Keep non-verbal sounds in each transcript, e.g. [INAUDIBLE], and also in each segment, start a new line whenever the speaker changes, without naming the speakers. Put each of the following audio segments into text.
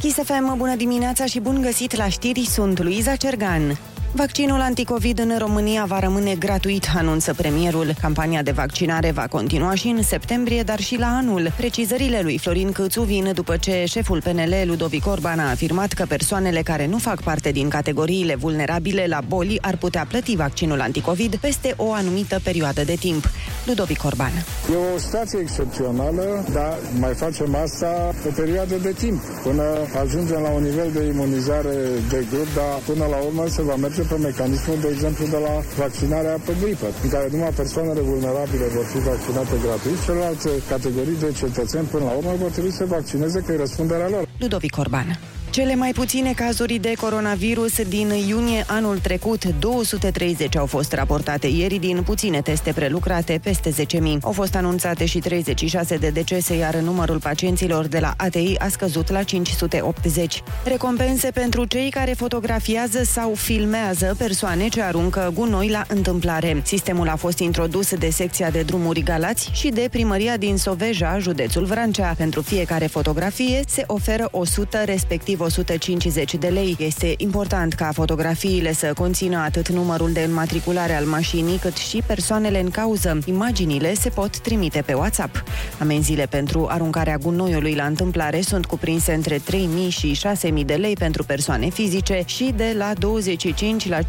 Kiss FM, bună dimineața și bun găsit la știri, sunt Luiza Cergan. Vaccinul anticovid în România va rămâne gratuit, anunță premierul. Campania de vaccinare va continua și în septembrie, dar și la anul. Precizările lui Florin Câțu vin după ce șeful PNL Ludovic Orban a afirmat că persoanele care nu fac parte din categoriile vulnerabile la boli ar putea plăti vaccinul anticovid peste o anumită perioadă de timp. Ludovic Orban.
E o situație excepțională, dar mai facem asta o perioadă de timp, până ajungem la un nivel de imunizare de grup, dar până la urmă se va merge pe mecanismul, de exemplu, de la vaccinarea pe gripă, în care numai persoanele vulnerabile vor fi vaccinate gratuit, celelalte categorii de cetățeni, până la urmă, vor trebui să vaccineze, că e răspunderea lor.
Ludovic Orban. Cele mai puține cazuri de coronavirus din iunie anul trecut, 230 au fost raportate ieri din puține teste prelucrate, peste 10.000. Au fost anunțate și 36 de decese, iar numărul pacienților de la ATI a scăzut la 580. Recompense pentru cei care fotografiază sau filmează persoane ce aruncă gunoi la întâmplare. Sistemul a fost introdus de secția de drumuri Galați și de primăria din Soveja, județul Vrancea. Pentru fiecare fotografie se oferă 100 respectiv 150 de lei. Este important ca fotografiile să conțină atât numărul de înmatriculare al mașinii, cât și persoanele în cauză. Imaginile se pot trimite pe WhatsApp. Amenziile pentru aruncarea gunoiului la întâmplare sunt cuprinse între 3.000 și 6.000 de lei pentru persoane fizice și de la 25 la 50.000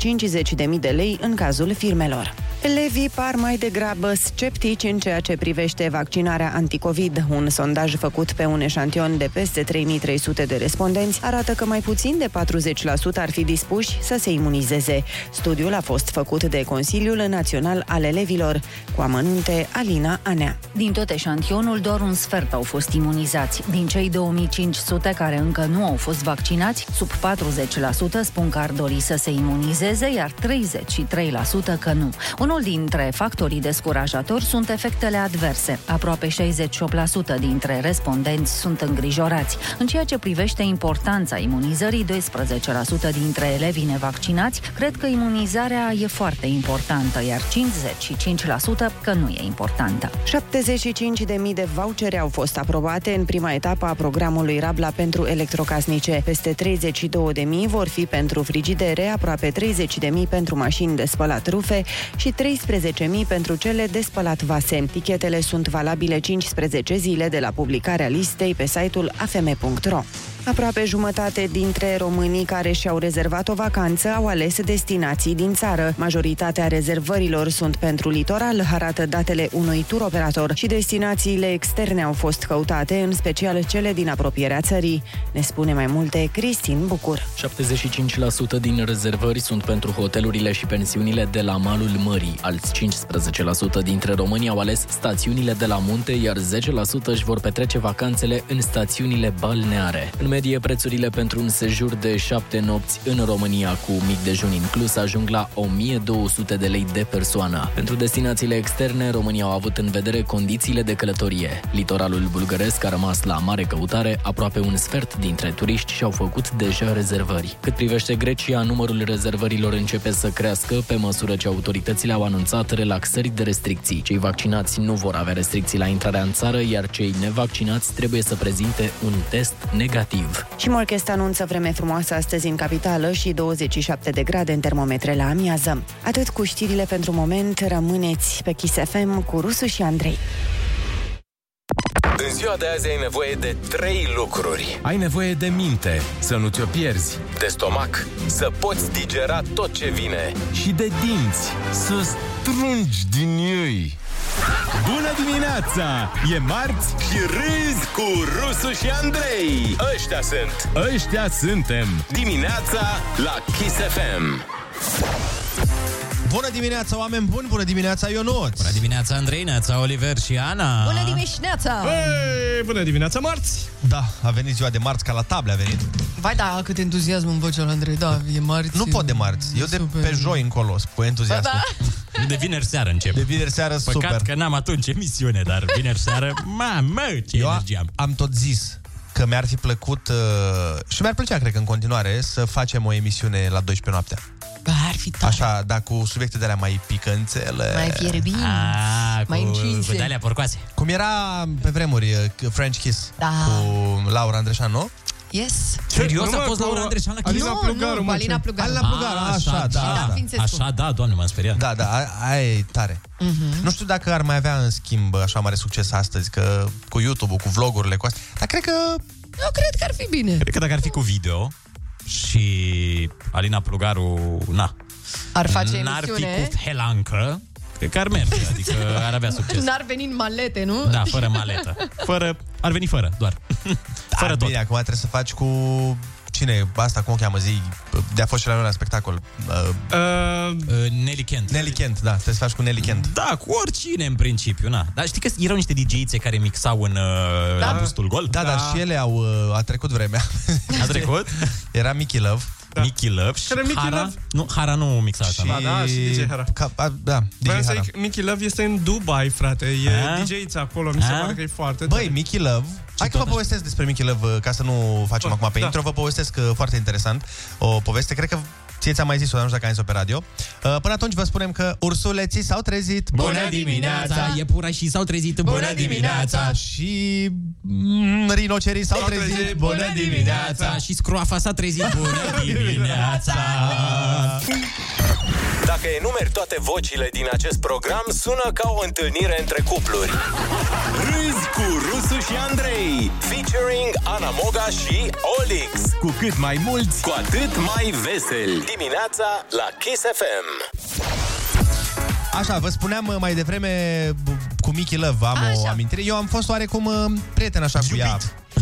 de lei în cazul firmelor. Elevii par mai degrabă sceptici în ceea ce privește vaccinarea anticovid. Un sondaj făcut pe un eșantion de peste 3300 de respondenți arată că mai puțin de 40% ar fi dispuși să se imunizeze. Studiul a fost făcut de Consiliul Național al Elevilor, cu amănunte Alina Anea.
Din tot eșantionul, doar un sfert au fost imunizați. Din cei 2500 care încă nu au fost vaccinați, sub 40% spun că ar dori să se imunizeze, iar 33% că nu. Unul dintre factorii descurajatori sunt efectele adverse. Aproape 68% dintre respondenți sunt îngrijorați. În ceea ce privește importanța imunizării, 12% dintre elevii nevaccinați cred că imunizarea e foarte importantă, iar 55% că nu e importantă.
75.000 de vouchere au fost aprobate în prima etapă a programului Rabla pentru electrocasnice. Peste 32.000 vor fi pentru frigidere, aproape 30.000 pentru mașini de spălat rufe și 13.000 pentru cele de spălat vase. Tichetele sunt valabile 15 zile de la publicarea listei pe site-ul afm.ro. Aproape jumătate dintre românii care și-au rezervat o vacanță au ales destinații din țară. Majoritatea rezervărilor sunt pentru litoral, arată datele unui tur operator și destinațiile externe au fost căutate, în special cele din apropierea țării. Ne spune mai multe Cristin Bucur.
75% din rezervări sunt pentru hotelurile și pensiunile de la malul mării. Alți 15% dintre români au ales stațiunile de la munte, iar 10% își vor petrece vacanțele în stațiunile balneare. În medie, prețurile pentru un sejur de 7 nopți în România cu mic dejun inclus ajung la 1200 de lei de persoană. Pentru destinațiile externe, România au avut în vedere condițiile de călătorie. Litoralul bulgăresc a rămas la mare căutare, aproape un sfert dintre turiști și-au făcut deja rezervări. Cât privește Grecia, numărul rezervărilor începe să crească pe măsură ce autoritățile au anunțat relaxări de restricții. Cei vaccinați nu vor avea restricții la intrarea în țară, iar cei nevaccinați trebuie să prezinte un test negativ
negativ. Și Morchest anunță vreme frumoasă astăzi în capitală și 27 de grade în termometre la amiază. Atât cu știrile pentru moment, rămâneți pe Kiss FM cu Rusu și Andrei.
În ziua de azi ai nevoie de trei lucruri.
Ai nevoie de minte, să nu ți-o pierzi.
De stomac, să poți digera tot ce vine.
Și de dinți, să strungi din ei. Bună dimineața! E marți
și râzi cu Rusu și Andrei. Ăștia sunt.
Ăștia suntem.
Dimineața la Kiss FM.
Bună dimineața, oameni buni! Bună dimineața, Ionuț!
Bună dimineața, Andrei, Neața, Oliver și Ana!
Bună dimineața!
Hey, bună dimineața, marți!
Da, a venit ziua de marți, ca la table a venit.
Vai da, cât entuziasm în vocea lui Andrei, da, e marți.
Nu pot de marți, eu de super. pe joi încolo, cu entuziasm. Da,
da. De vineri seară încep.
De vineri seară,
Păcat
super.
că n-am atunci emisiune, dar vineri seară, mamă, ce eu energie am.
am tot zis că mi-ar fi plăcut uh, și mi-ar plăcea, cred că, în continuare, să facem o emisiune la 12 noaptea.
Ar fi tare.
Așa, dar cu subiecte de alea mai picanțele.
Mai fierbinți, mai
încinse. Ah, Cu de alea porcoase.
Cum era pe vremuri uh, French Kiss
da.
cu Laura Andreșan, nu?
Yes.
Serios? A fost Laura Andreșan la Kiss?
Nu, nu, cu Alina Plugaru.
Alina Plugaru, așa, da.
Și Dan Fințescu.
Așa, da, doamne, m-am speriat.
Da, da, a- aia e tare.
Mhm.
Nu știu dacă ar mai avea, în schimb, așa mare succes astăzi, că cu YouTube-ul, cu vlogurile, cu astea. Dar cred că...
Eu cred că ar fi bine.
Cred că dacă ar fi cu video și Alina Plugaru, na,
Ar face
n-ar fi
emisiune.
cu helancă, cred că ar merge, adică ar avea succes.
N-ar veni în malete, nu?
Da, fără maletă.
[LAUGHS]
Fără, ar veni fără,
[LAUGHS]
doar. Fără
Dar
tot.
Bine, acum trebuie să faci cu... Cine? Asta, cum o cheamă zi? De-a fost și la noi la spectacol.
Da?
Uh,
Uh, Nelly Kent.
Nelly Kent, da. Trebuie să faci cu Nelly Kent.
Da, cu oricine în principiu, na. Dar știi că erau niște DJ-ițe care mixau în uh,
Da.
la bustul gol?
Da, dar și ele au... uh, A trecut vremea.
[LAUGHS] A trecut?
[LAUGHS] Era Mickey Love.
da. Mickey Love și
Care Mickey
Hara.
Love?
Nu, Hara nu mixa asta.
[LAUGHS] Și...
Și...
Ba da, și DJ Hara.
Ca, a, da,
Vreau
DJ
să
Hara.
zic, Mickey Love este în Dubai, frate.
A?
E dj acolo, mi se
A?
pare că e foarte
Băi,
[LAUGHS]
Mickey Love... Hai că vă
totuși-
povestesc despre Mickey Love, uh, ca să nu facem
Bun,
acum pe
da.
intro. Vă povestesc uh, foarte interesant o poveste. Cred că ție ți-am mai zis-o, dar nu știu dacă ai zis-o pe radio. Uh, Până atunci vă spunem că ursuleții s-au trezit.
dimineața!
Iepura Da, și s-au trezit. Bună
dimineața! Și mm, rinocerii s-au trezit.
trezit.
Bună dimineața!
Da, Și scroafa s-a trezit. Bună dimineața!
Dacă enumeri toate vocile din acest program, sună ca o întâlnire între cupluri. Râzi cu Rusu și Andrei, featuring Ana Moga și Olix. Cu cât mai mulți, cu atât mai veseli. Dimineața la Kiss FM.
Așa, vă spuneam uh, mai devreme b- cu Mickey Love am o
Așa.
amintire. Eu am fost oarecum uh, prieten așa cu ea.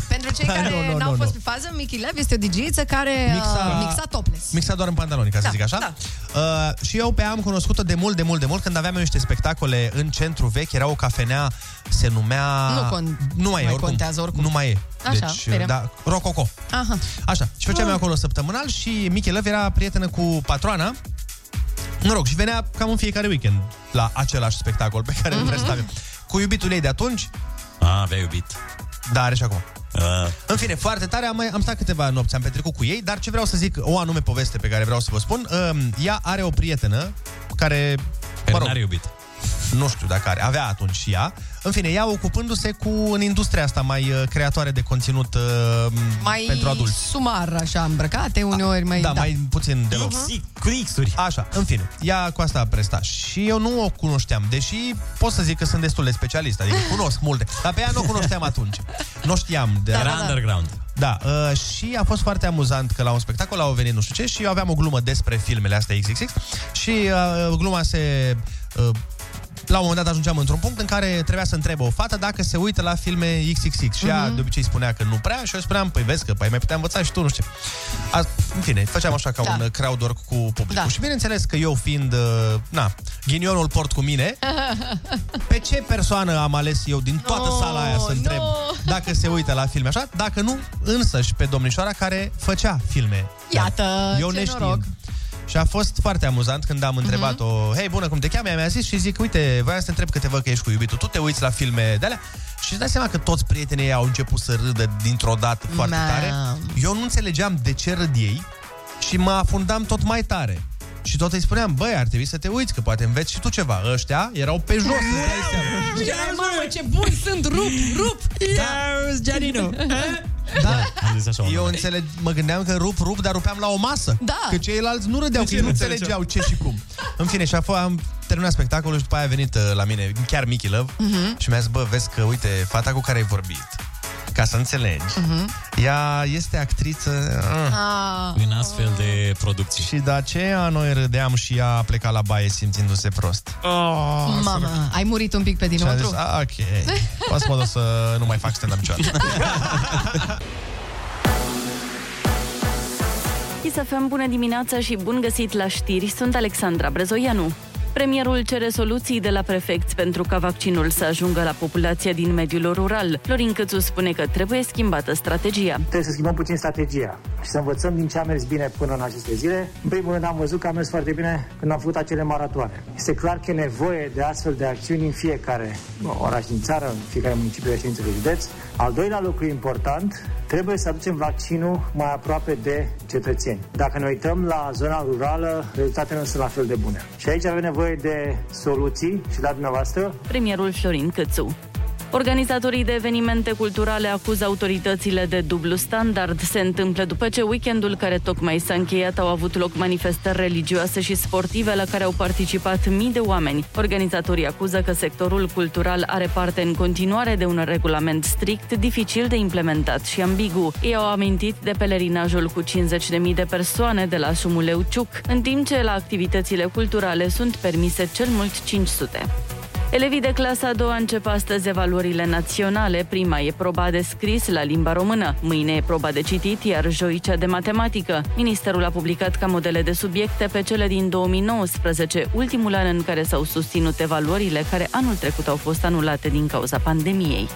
Pentru cei
Da,
care
nu, nu,
n-au
nu,
fost
nu.
pe fază, Mickey Lev este o digiță care
Mixa-
mixa, mixa topless.
Mixat doar în pantaloni, ca să
Da,
zic așa.
da.
Uh, și eu pe ea am cunoscut-o de mult, de mult, de mult, când aveam eu niște spectacole în centru vechi, era o cafenea, se numea...
Nu con-
nu mai, e,
mai
oricum.
contează oricum.
Nu mai e.
Așa, Ah.
deci,
bine.
da, Rococo.
Aha.
Așa, și făceam eu acolo săptămânal și Mickey Love era prietenă cu patroana, mă rog, și venea cam în fiecare weekend la același spectacol pe
Mhm.
care îl prestaveam. Cu iubitul ei de atunci,
A, avea Ah, iubit. Uh,
dar are și acum.
A,
În fine, foarte tare, am, mai- am stat câteva nopți, am petrecut cu ei, dar ce vreau să zic, o anume poveste pe care vreau să vă spun, um, ea are o prietenă care, mă
Care
rog,
n-are iubit.
nu știu dacă are, avea atunci și ea, în fine, ea ocupându-se cu, în industria asta mai uh, creatoare de conținut uh,
Mai
pentru adulți.
sumar, așa, îmbrăcate, uneori mai...
da, mai puțin deloc.
X- Cu X-uri.
Așa, în fine, ea cu asta a prestat și eu nu o cunoșteam, deși pot să zic că sunt destul de specialist, adică cunosc multe, dar pe ea nu o cunoșteam atunci. Nu știam de
Era
da.
underground.
da uh, și a fost foarte amuzant că la un spectacol au venit nu știu ce și eu aveam o glumă despre filmele astea XXX și uh, gluma se... Uh, la un moment dat ajungeam într-un punct în care trebuia să întreb o fată dacă se uită la filme XXX și
Mhm.
ea de obicei spunea că nu prea și eu spuneam, păi vezi că păi mai putea învăța și tu, nu știu. A, în fine, făceam așa ca
Da.
da. un crowd work cu publicul. Da.
Da.
Și bineînțeles că eu fiind, uh, na, ghinionul port cu
[LAUGHS]
mine, pe ce persoană am ales eu din toată
No,
sala aia să întreb
no.
dacă se uită la filme așa, dacă nu, însăși pe domnișoara care făcea filme.
Iată,
eu
ce
neștiind.
noroc. Mhm.
Și a fost foarte amuzant când am întrebat-o Hei, bună, cum te cheamă? Ea mi-a zis și zic Uite, voiam să te întreb că te văd că ești cu iubitul Tu te uiți la filme de alea? Și îți dai seama că toți prietenii ei au început să râdă dintr-o dată foarte
Ma.
tare Eu nu înțelegeam de ce râd ei Și mă afundam tot mai tare și tot îi spuneam, băi, ar trebui să te uiți, că poate înveți și tu ceva. Ăștia erau pe jos, îți dai seama.
Ia, mamă, ce bun sunt, rup, rup!
Da,
[LAUGHS]
Gianino.
Da,
Am zis așa.
Eu înțeleg, mă gândeam că rup, rup, dar rupeam la o masă.
Da.
Că ceilalți nu râdeau, că
ce
ei nu
nu înțelegeau?
înțelegeau ce și cum. În fine, și a fost, am terminat spectacolul și după aia a venit uh, la mine chiar Mickey Love
Mhm.
uh-huh. și mi-a zis, bă, vezi că, uite, fata cu care ai vorbit, ca să înțelegi, uh-huh. ea este actriță uh,
Mhm. Ah,
În astfel de producții.
și de aceea noi râdeam și ea a plecat la baie simțindu-se prost.
Ah.
Ah,
Oh,
mamă, ai murit un pic pe
Și a zis,
dinăuntru.
a, ok, poți mă duc să nu mai fac stand-up niciodată.
Chisafem, bună dimineața și bun găsit la știri, sunt Alexandra Brezoianu. Premierul cere soluții de la prefecți pentru ca vaccinul să ajungă la populația din mediul rural. Florin Cățu spune că trebuie schimbată strategia.
Trebuie să schimbăm puțin strategia și să învățăm din ce a mers bine până în aceste zile. În primul rând am văzut că a mers foarte bine când am făcut acele maratoane. Este clar că e nevoie de astfel de acțiuni în fiecare oraș din țară, în fiecare municipiu de ședință de județ. Al doilea lucru important, trebuie să aducem vaccinul mai aproape de cetățeni. Dacă ne uităm la zona rurală, rezultatele nu sunt la fel de bune. Și aici avem nevoie de soluții și la dumneavoastră
Premierul Florin Cățu. Organizatorii de evenimente culturale acuză autoritățile de dublu standard. Se întâmplă după ce weekendul care tocmai s-a încheiat au avut loc manifestări religioase și sportive la care au participat mii de oameni. Organizatorii acuză că sectorul cultural are parte în continuare de un regulament strict, dificil de implementat și ambigu. Ei au amintit de pelerinajul cu 50.000 de persoane de la Șumuleu Ciuc, în timp ce la activitățile culturale sunt permise cel mult 500. Elevii de clasa a doua încep astăzi evaluările naționale. Prima e proba de scris la limba română, mâine e proba de citit, iar joi cea de matematică. Ministerul a publicat ca modele de subiecte pe cele din 2019, ultimul an în care s-au susținut evaluările care anul trecut au fost anulate din cauza pandemiei.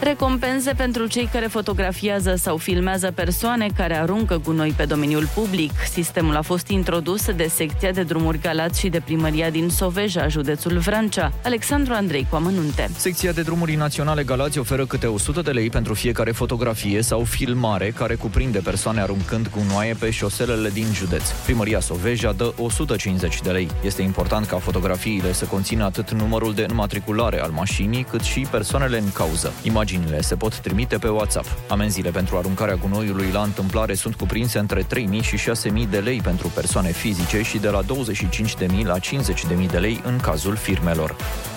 Recompense pentru cei care fotografiază sau filmează persoane care aruncă gunoi pe domeniul public. Sistemul a fost introdus de secția de drumuri Galați și de primăria din Soveja, județul Vrancea. Alexandru Andrei cu amănunte.
Secția de drumuri naționale Galați oferă câte 100 de lei pentru fiecare fotografie sau filmare care cuprinde persoane aruncând gunoaie pe șoselele din județ. Primăria Soveja dă 150 de lei. Este important ca fotografiile să conțină atât numărul de înmatriculare al mașinii, cât și persoanele în cauză. Imaginile se pot trimite pe WhatsApp. Amenziile pentru aruncarea gunoiului la întâmplare sunt cuprinse între 3.000 și 6.000 de lei pentru persoane fizice și de la 25.000 la 50.000 de lei în cazul firmelor.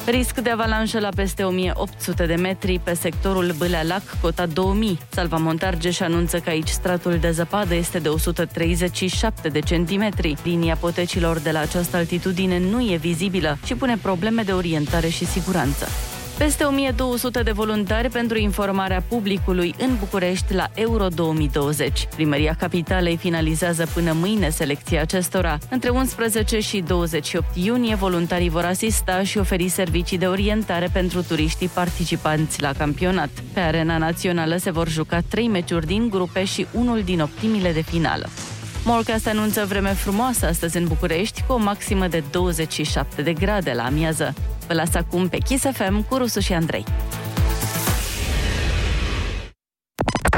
Risc de avalanșă la peste 1800 de metri pe sectorul Bâlea Lac, cota 2000. Salva Montargeș anunță că aici stratul de zăpadă este de 137 de centimetri. Linia potecilor de la această altitudine nu e vizibilă și pune probleme de orientare și siguranță. Peste 1200 de voluntari pentru informarea publicului în București la Euro 2020. Primăria Capitalei finalizează până mâine selecția acestora. Între 11 și 28 iunie, voluntarii vor asista și oferi servicii de orientare pentru turiștii participanți la campionat. Pe arena națională se vor juca trei meciuri din grupe și unul din optimile de finală. Morcast anunță vreme frumoasă astăzi în București cu o maximă de 27 de grade la amiază. Vă las acum pe Kiss FM cu Rusu și Andrei.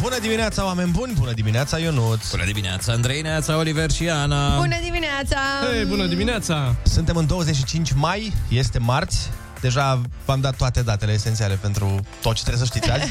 Bună dimineața, oameni buni! Bună dimineața, Ionuț! Bună dimineața, Andrei, Neața, Oliver și Ana!
[LAUGHS] Bună dimineața!
dimineața! Suntem în 25 mai, este marți. Deja v-am dat toate datele esențiale pentru tot ce trebuie să știți azi.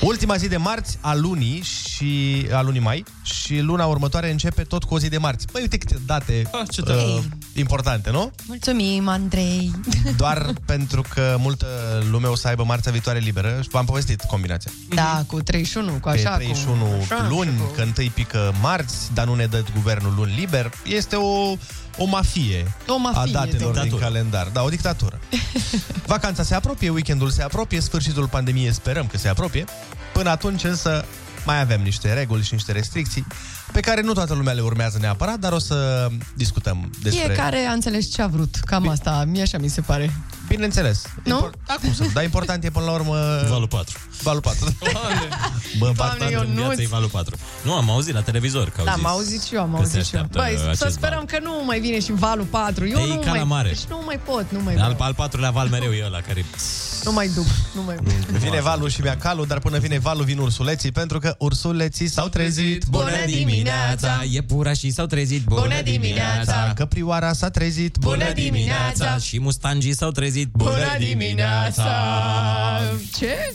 Ultima zi de marți a lunii și a lunii mai și luna următoare începe tot cu o zi de marți. Păi uite câte date
tare.
uh, importante, nu?
Mulțumim,
[LAUGHS]
Andrei!
Doar pentru că multă lume o să aibă marțea viitoare liberă și v-am povestit combinația.
Da, cu 31, cu
Așa,
așa,
pe 31
cu... așa,
luni,
și
că întâi pică marți, dar nu ne dă guvernul luni liber, este o, o mafie,
O mafie,
a datelor
da.
din calendar. Da, o
[LAUGHS]
dictatură. Vacanța se apropie, weekendul se apropie, sfârșitul pandemiei sperăm că se apropie. Până atunci însă mai avem niște reguli și niște restricții pe care nu toată lumea le urmează neapărat, dar o să discutăm despre...
Fiecare a înțeles ce a vrut. Cam asta, mie așa mi se pare.
Bineînțeles.
Nu?
Acum să,
[LAUGHS]
dar important e până la urmă... Valul 4. Valul 4.
Bă,
Doamne,
Bartan, în
Ionuț!
viața e valul 4. Nu, am auzit la televizor că au
[LAUGHS] Da,
zis.
am auzit și eu, am
că se
auzit și eu.
așteaptă
Băi, să
acest
sperăm că nu mai vine și valul 4. Eu
E
nu
ca la
mai,
mare.
Deci nu mai pot, nu mai
Al,
pot.
al patrulea val mereu e ăla care...
Nu mai duc, nu mai
Vine valul și mi-a calul, dar până vine valul vin ursuleții, pentru că ursuleții s-au trezit.
Bună dimineața!
Iepurașii s-au trezit.
Bună Bună dimineața! dimineața!
Căprioara s-a trezit.
Și mustangii s-au trezit.
Ce?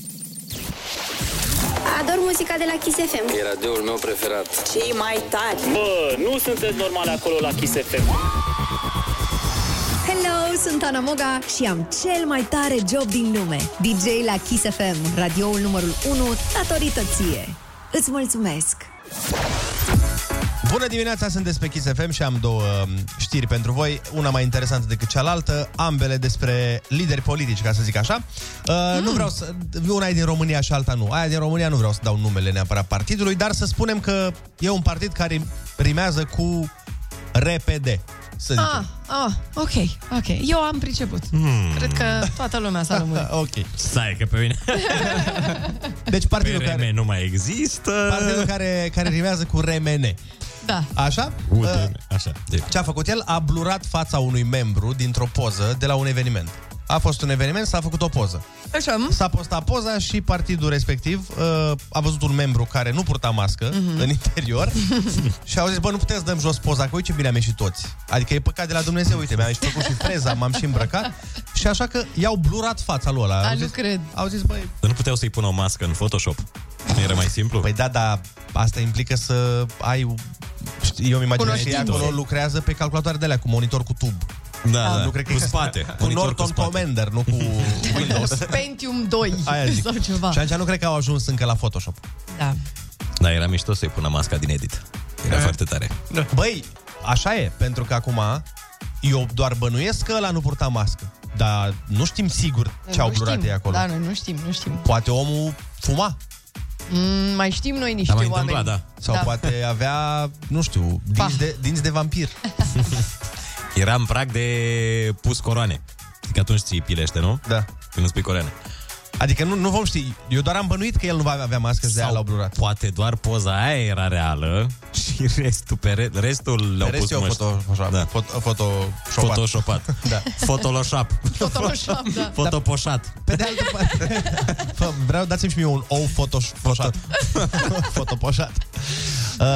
Ador muzica de la Kiss FM.
E radioul meu preferat.
Cei mai tari.
Bă, nu sunteți normale acolo la Kiss FM.
Hello, sunt Ana Moga și am cel mai tare job din lume. DJ la Kiss FM, radioul numărul 1, datorită ție. Îți mulțumesc!
Bună dimineața, sunt despre Kiss FM și am două um, știri pentru voi, una mai interesantă decât cealaltă, ambele despre lideri politici, ca să zic așa. Uh,
Hmm.
Nu vreau să... Una e din România și alta nu. Aia din România nu vreau să dau numele neapărat partidului, dar să spunem că e un partid care rimează cu repede. Să zicem.
Ah, ah, ok, ok. Eu am priceput.
Hmm.
Cred că toată lumea s-a lămurit.
[LAUGHS] ok.
Stai că pe mine.
[LAUGHS] Deci
partidul PRM care... nu mai există.
Partidul care, care rimează cu RMN.
Da.
Așa?
UDN, așa. De.
Ce a făcut el? A blurat fața unui membru dintr-o poză de la un eveniment. A fost un eveniment, s-a făcut o poză.
Așa, mă.
S-a postat poza și partidul respectiv uh, a văzut un membru care nu purta mască mm-hmm. în interior [LAUGHS] și au zis, bă, nu putem să dăm jos poza, că uite ce bine am ieșit toți. Adică e păcat de la Dumnezeu, uite, mi-am și făcut și freza, m-am și îmbrăcat și așa că i-au blurat fața lui ăla.
Da,
Au
nu
zis,
cred.
au zis, băi,
Dar nu puteau să-i pună o mască în Photoshop. Nu era mai simplu?
Păi da, da, asta implică să ai... știi, Eu îmi imaginez că ei
Cunoștințe.
acolo lucrează pe calculatoare de alea, cu monitor cu tub. Ah,
Da, da,
Nu cred că
cu
e-
spate.
[LAUGHS] Cu
Monitor cu
Norton
spate.
Commander, nu
[LAUGHS]
cu
[LAUGHS]
Windows.
Pentium 2
Aia zic.
sau ceva.
Și atunci nu cred că au ajuns încă la Photoshop.
Da.
Da, era mișto să-i pună masca din edit.
Da.
Era foarte tare.
Băi, așa e, pentru că acum eu doar bănuiesc că ăla nu purta mască. Dar nu știm sigur ce au
Nu
blurat
știm.
ei acolo.
Da, noi nu știm, nu știm.
Poate omul fuma.
Mm, mai știm noi niște oameni.
da.
da.
Da.
Sau poate avea, nu știu, dinți de, dinți de
[LAUGHS]
vampir.
Era în prag de pus coroane. Adică atunci ți pilește, nu?
Da.
Când îți pui coroane.
Adică nu, nu vom ști. Eu doar am bănuit că el nu va avea mască, de aia l-au blurat.
Poate doar poza aia era reală și restul, pe re- restul le-au
Pe
pus
rest eu Photoshop. Da. Foto, foto,
Photoshopat.
[LAUGHS] Da.
Fotoloșap.
Photoshop, da.
Fotopoșat.
Pe de altă parte, fă, vreau dați-mi și mie un ou fotopoșat. [LAUGHS] fotopoșat. Uh,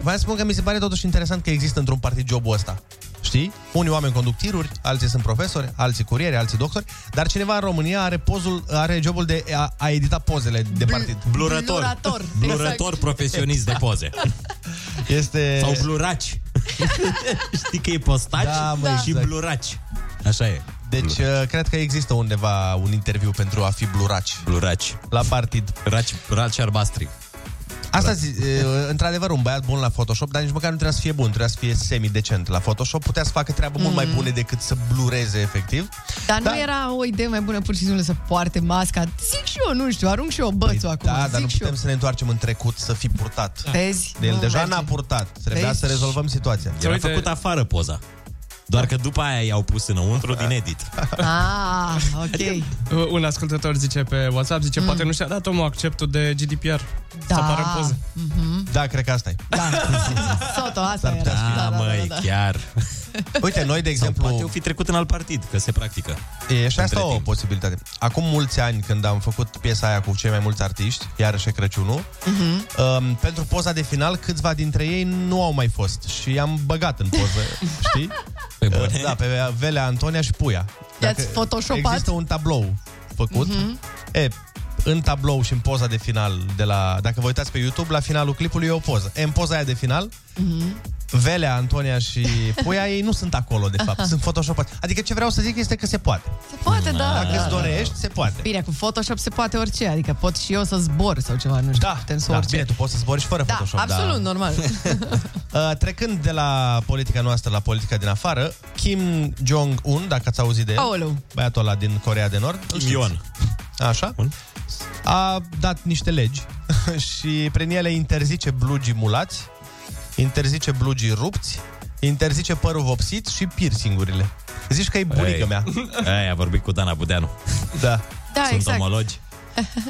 vreau să spun că mi se pare totuși interesant că există într-un partid jobul ăsta. Știi? Unii oameni conduc tiruri, alții sunt profesori, alții curieri, alții doctori, dar cineva în România are pozul, are jobul de a, a edita pozele de partid.
Blurător. [LAUGHS] Blurător, exact. profesionist de poze.
Este...
Sau bluraci. [LAUGHS] Știi că e postaci
Da, mă, Da.
și
exact.
bluraci. Așa e.
Deci, uh, cred că există undeva un interviu pentru a fi bluraci.
Bluraci.
La partid.
Raci, raci albastri.
Asta zi, e, într-adevăr, un băiat bun la Photoshop, dar nici măcar nu trebuia să fie bun, trebuia să fie semi-decent. La Photoshop putea să facă treabă mult mai
Mm.
bune decât să blureze efectiv.
Dar nu era o idee mai bună pur și simplu să poarte masca? Zic și eu, nu știu, arunc și eu bățul acum.
Da, dar nu
zic și eu. Da.
putem să ne întoarcem în trecut să fi purtat.
Vezi?
De el
Nu
deja
merge.
n-a purtat. Trebuia
Vezi?
să rezolvăm situația.
Era Uite. făcut afară poza. Doar că după aia i-au pus
[LAUGHS]
înăuntru din edit.
Ah, ok.
Adică,
Mm.
Un ascultător zice pe WhatsApp, zice, poate nu și-a dat omul acceptul de GDPR.
Da.
Să apară în poză.
Mhm.
Da, cred că asta e.
Da. Soto, asta era.
Da, măi, chiar.
Uite, noi, de exemplu...
Sau poate au fi trecut în alt partid, că se practică.
E și
Între
asta o
timp.
posibilitate. Acum mulți ani, când am făcut piesa aia cu cei mai mulți artiști, iarăși e Crăciunul,
Mhm.
Um, pentru poza de final, câțiva dintre ei nu au mai fost și am băgat în poză,
[LAUGHS]
știi? Pe bune. Da, pe Velea, Antonia și Puia.
I-ați photoshopat?
Există un tablou făcut.
Mhm.
E, în tablou și în poza de final de la... Dacă vă uitați pe YouTube, la finalul clipului e o poză. E, în poza aia de final,
Mhm.
Velea, Antonia și Puia, ei nu sunt acolo, de
[LAUGHS]
fapt. Sunt photoshopați. Adică ce vreau să zic este că se poate.
Se poate, da.
Dacă
da,
îți dorești, se poate.
Da. Bine, cu Photoshop se poate orice, adică pot și eu să zbor sau ceva, nu știu, da, putem să
Da,
orice.
bine, tu poți să zbori și fără
Da,
Photoshop.
absolut, normal.
[LAUGHS]
[LAUGHS]
Uh, trecând de la politica noastră la politica din afară, Kim Jong-un, dacă ați auzit de el,
Aoleu. [LAUGHS]
băiatul ăla din Corea de Nord, îl știți.
Ion.
Așa? A dat niște legi [LAUGHS] și prin ele interzice blugii mulați, interzice blugii rupți, interzice părul vopsit și piercingurile. Zici că e bunică mea.
[LAUGHS] Aia a vorbit cu Dana Budeanu.
Da.
Da,
Sunt
exact.
omologi.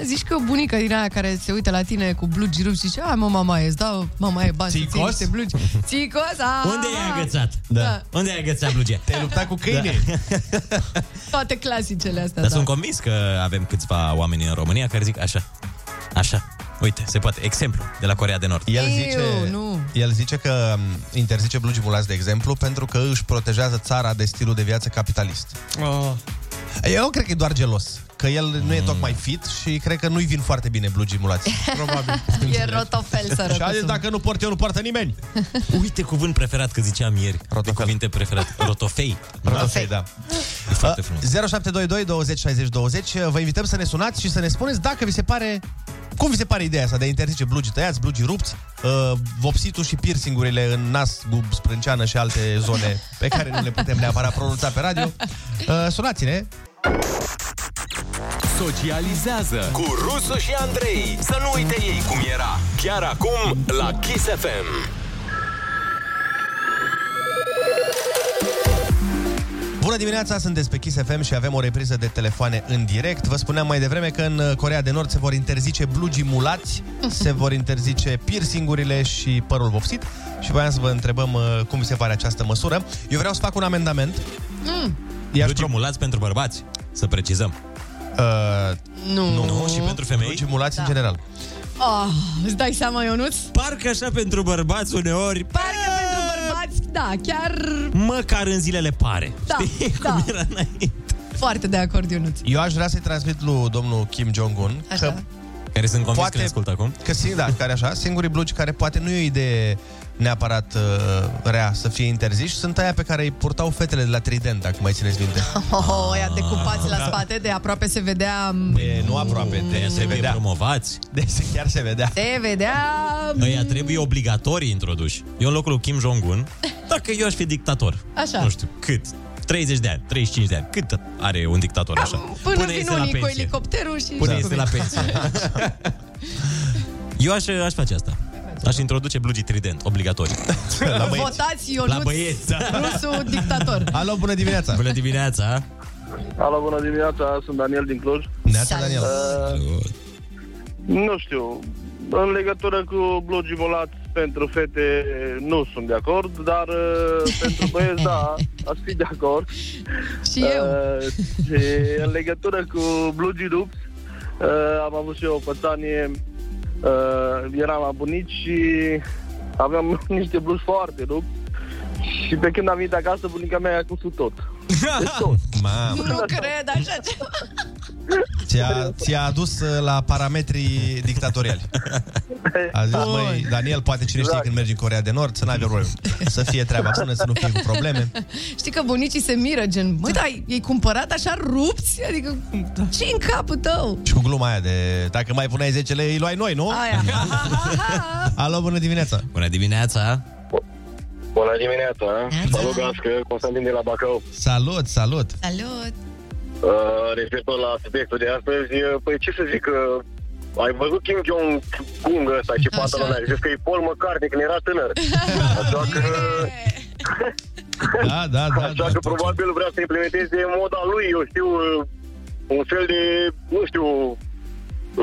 Zici că o bunică din aia care se uită la tine cu blugi rupi și zice, a, mă, mama, îți dau, mama, e bani să ții
Țicos?
niște blugi. Țicos, a,
Unde ai agățat?
Da.
Unde ai agățat blugea?
Te-ai luptat cu câinii?
Da.
Toate clasicele astea,
Dar
da.
sunt convins că avem câțiva oameni în România care zic așa. Așa. Uite, se poate. Exemplu, de la Corea de Nord.
El zice,
nu.
el zice că m, interzice blugii mulați, de exemplu, pentru că își protejează țara de stilul de viață capitalist.
Oh.
Eu cred că e doar gelos. Că el nu e tocmai fit și cred că nu-i vin foarte bine blugii mulați. Probabil.
[LAUGHS] E rotofel să
și a zis, dacă nu port eu, nu poartă nimeni.
Uite cuvânt preferat că ziceam ieri. Rotofel. De cuvinte
[LAUGHS]
preferat. Rotofei.
Rotofei, da.
E foarte frumos.
0722 20 60 20. Vă invităm să ne sunați și să ne spuneți dacă vi se pare... Cum vi se pare ideea asta de a interzice blugii tăiați, blugii rupți, uh, vopsitul și piercingurile în nas, gub, sprânceană și alte zone pe care nu le putem neapărat pronunța pe radio? Uh, sunați-ne!
Da.
Socializează cu Rusu și Andrei. Să nu uite ei cum era. Chiar acum la Kiss FM.
Bună dimineața, sunt pe Kiss FM și avem o repriză de telefoane în direct. Vă spuneam mai devreme că în uh, Corea de Nord se vor interzice blugii mulați, se vor interzice piercingurile și părul vopsit și voiam să vă întrebăm uh, cum vi se pare această măsură. Eu vreau să fac un amendament.
Mm.
Blugii mulați pentru bărbați, să precizăm.
Uh,
Nu.
nu. și pentru femei? Blugii
mulați
Da.
în general.
Oh, îți dai seama, Ionuț?
Parcă așa pentru bărbați uneori,
Parcă pentru bărbați, da, chiar...
măcar în zilele pare.
Da, da. Foarte de acord, Ionuț.
Eu aș vrea să-i transmit lui domnul Kim Jong-un
Așa.
că
care sunt
convins poate, că ascultă
acum.
Că, sing- da, care așa, singurii blugi care poate nu e o idee neapărat uh, rea să fie interziși, sunt aia pe care îi purtau fetele de la Trident, dacă mai țineți minte.
Oh, oh, ea decupați
Da.
la spate, de aproape se vedea...
E, nu aproape, de, se vedea.
promovați.
Deci chiar se vedea.
Se vedea...
Ăia trebuie obligatorii introduși. Eu în locul lui Kim Jong-un, dacă eu aș fi dictator,
Așa.
nu știu, cât? 30 de ani, 35 de ani, cât are un dictator așa?
Până,
Până
vin
iese la
unii cu
pensie.
elicopterul și... Da.
Până este la
[LAUGHS]
pensie. Eu aș, aș face asta. Aș introduce blugii trident,
[LAUGHS]
obligatoriu.
La Votați Ionuț,
La băieți, da.
rusul dictator.
Alo, bună dimineața!
Bună dimineața!
Alo, bună dimineața, sunt Daniel din Cluj.
Neața, Daniel.
Uh, nu știu, în legătură cu blugii molați pentru fete nu sunt de acord, dar
[LAUGHS]
uh, pentru băieți, da, aș fi de acord.
Și eu.
Uh, și în legătură cu blugii rupți, uh, am avut și eu o pățanie, uh, eram la bunici și aveam [LAUGHS] niște blugi foarte rupți și pe când am venit acasă, bunica mea i-a cusut
[LAUGHS]
tot. Deci tot.
Da,
Mamă,
Nu cred așa ceva.
ți-a, ți-a adus uh, la parametrii dictatoriali. A zis, măi, Daniel, poate cine știe când mergi în Corea de Nord, să n-ai vreo problemă. Să fie treaba bună, să nu fie cu probleme.
Știi că bunicii se miră, gen, măi,
Da.
dar i-ai cumpărat așa rupți? Adică, ce în capul tău?
Și cu gluma aia de, dacă mai puneai 10 lei, îi luai noi, nu?
Aia.
[LAUGHS] Alo, bună dimineața!
Bună dimineața!
Bună dimineața! Salut, Gască! Constantin de la Bacău.
Salut, salut!
Salut!
Uh, referitor la subiectul de astăzi, uh, păi ce să zic, uh, ai văzut Kim Jong-un ăsta ce pantalon are? Zici că e Paul McCartney când era tânăr. Așa că...
Da, da, da.
Așa că probabil vrea să implementeze moda lui, eu știu, uh, un fel de, nu știu,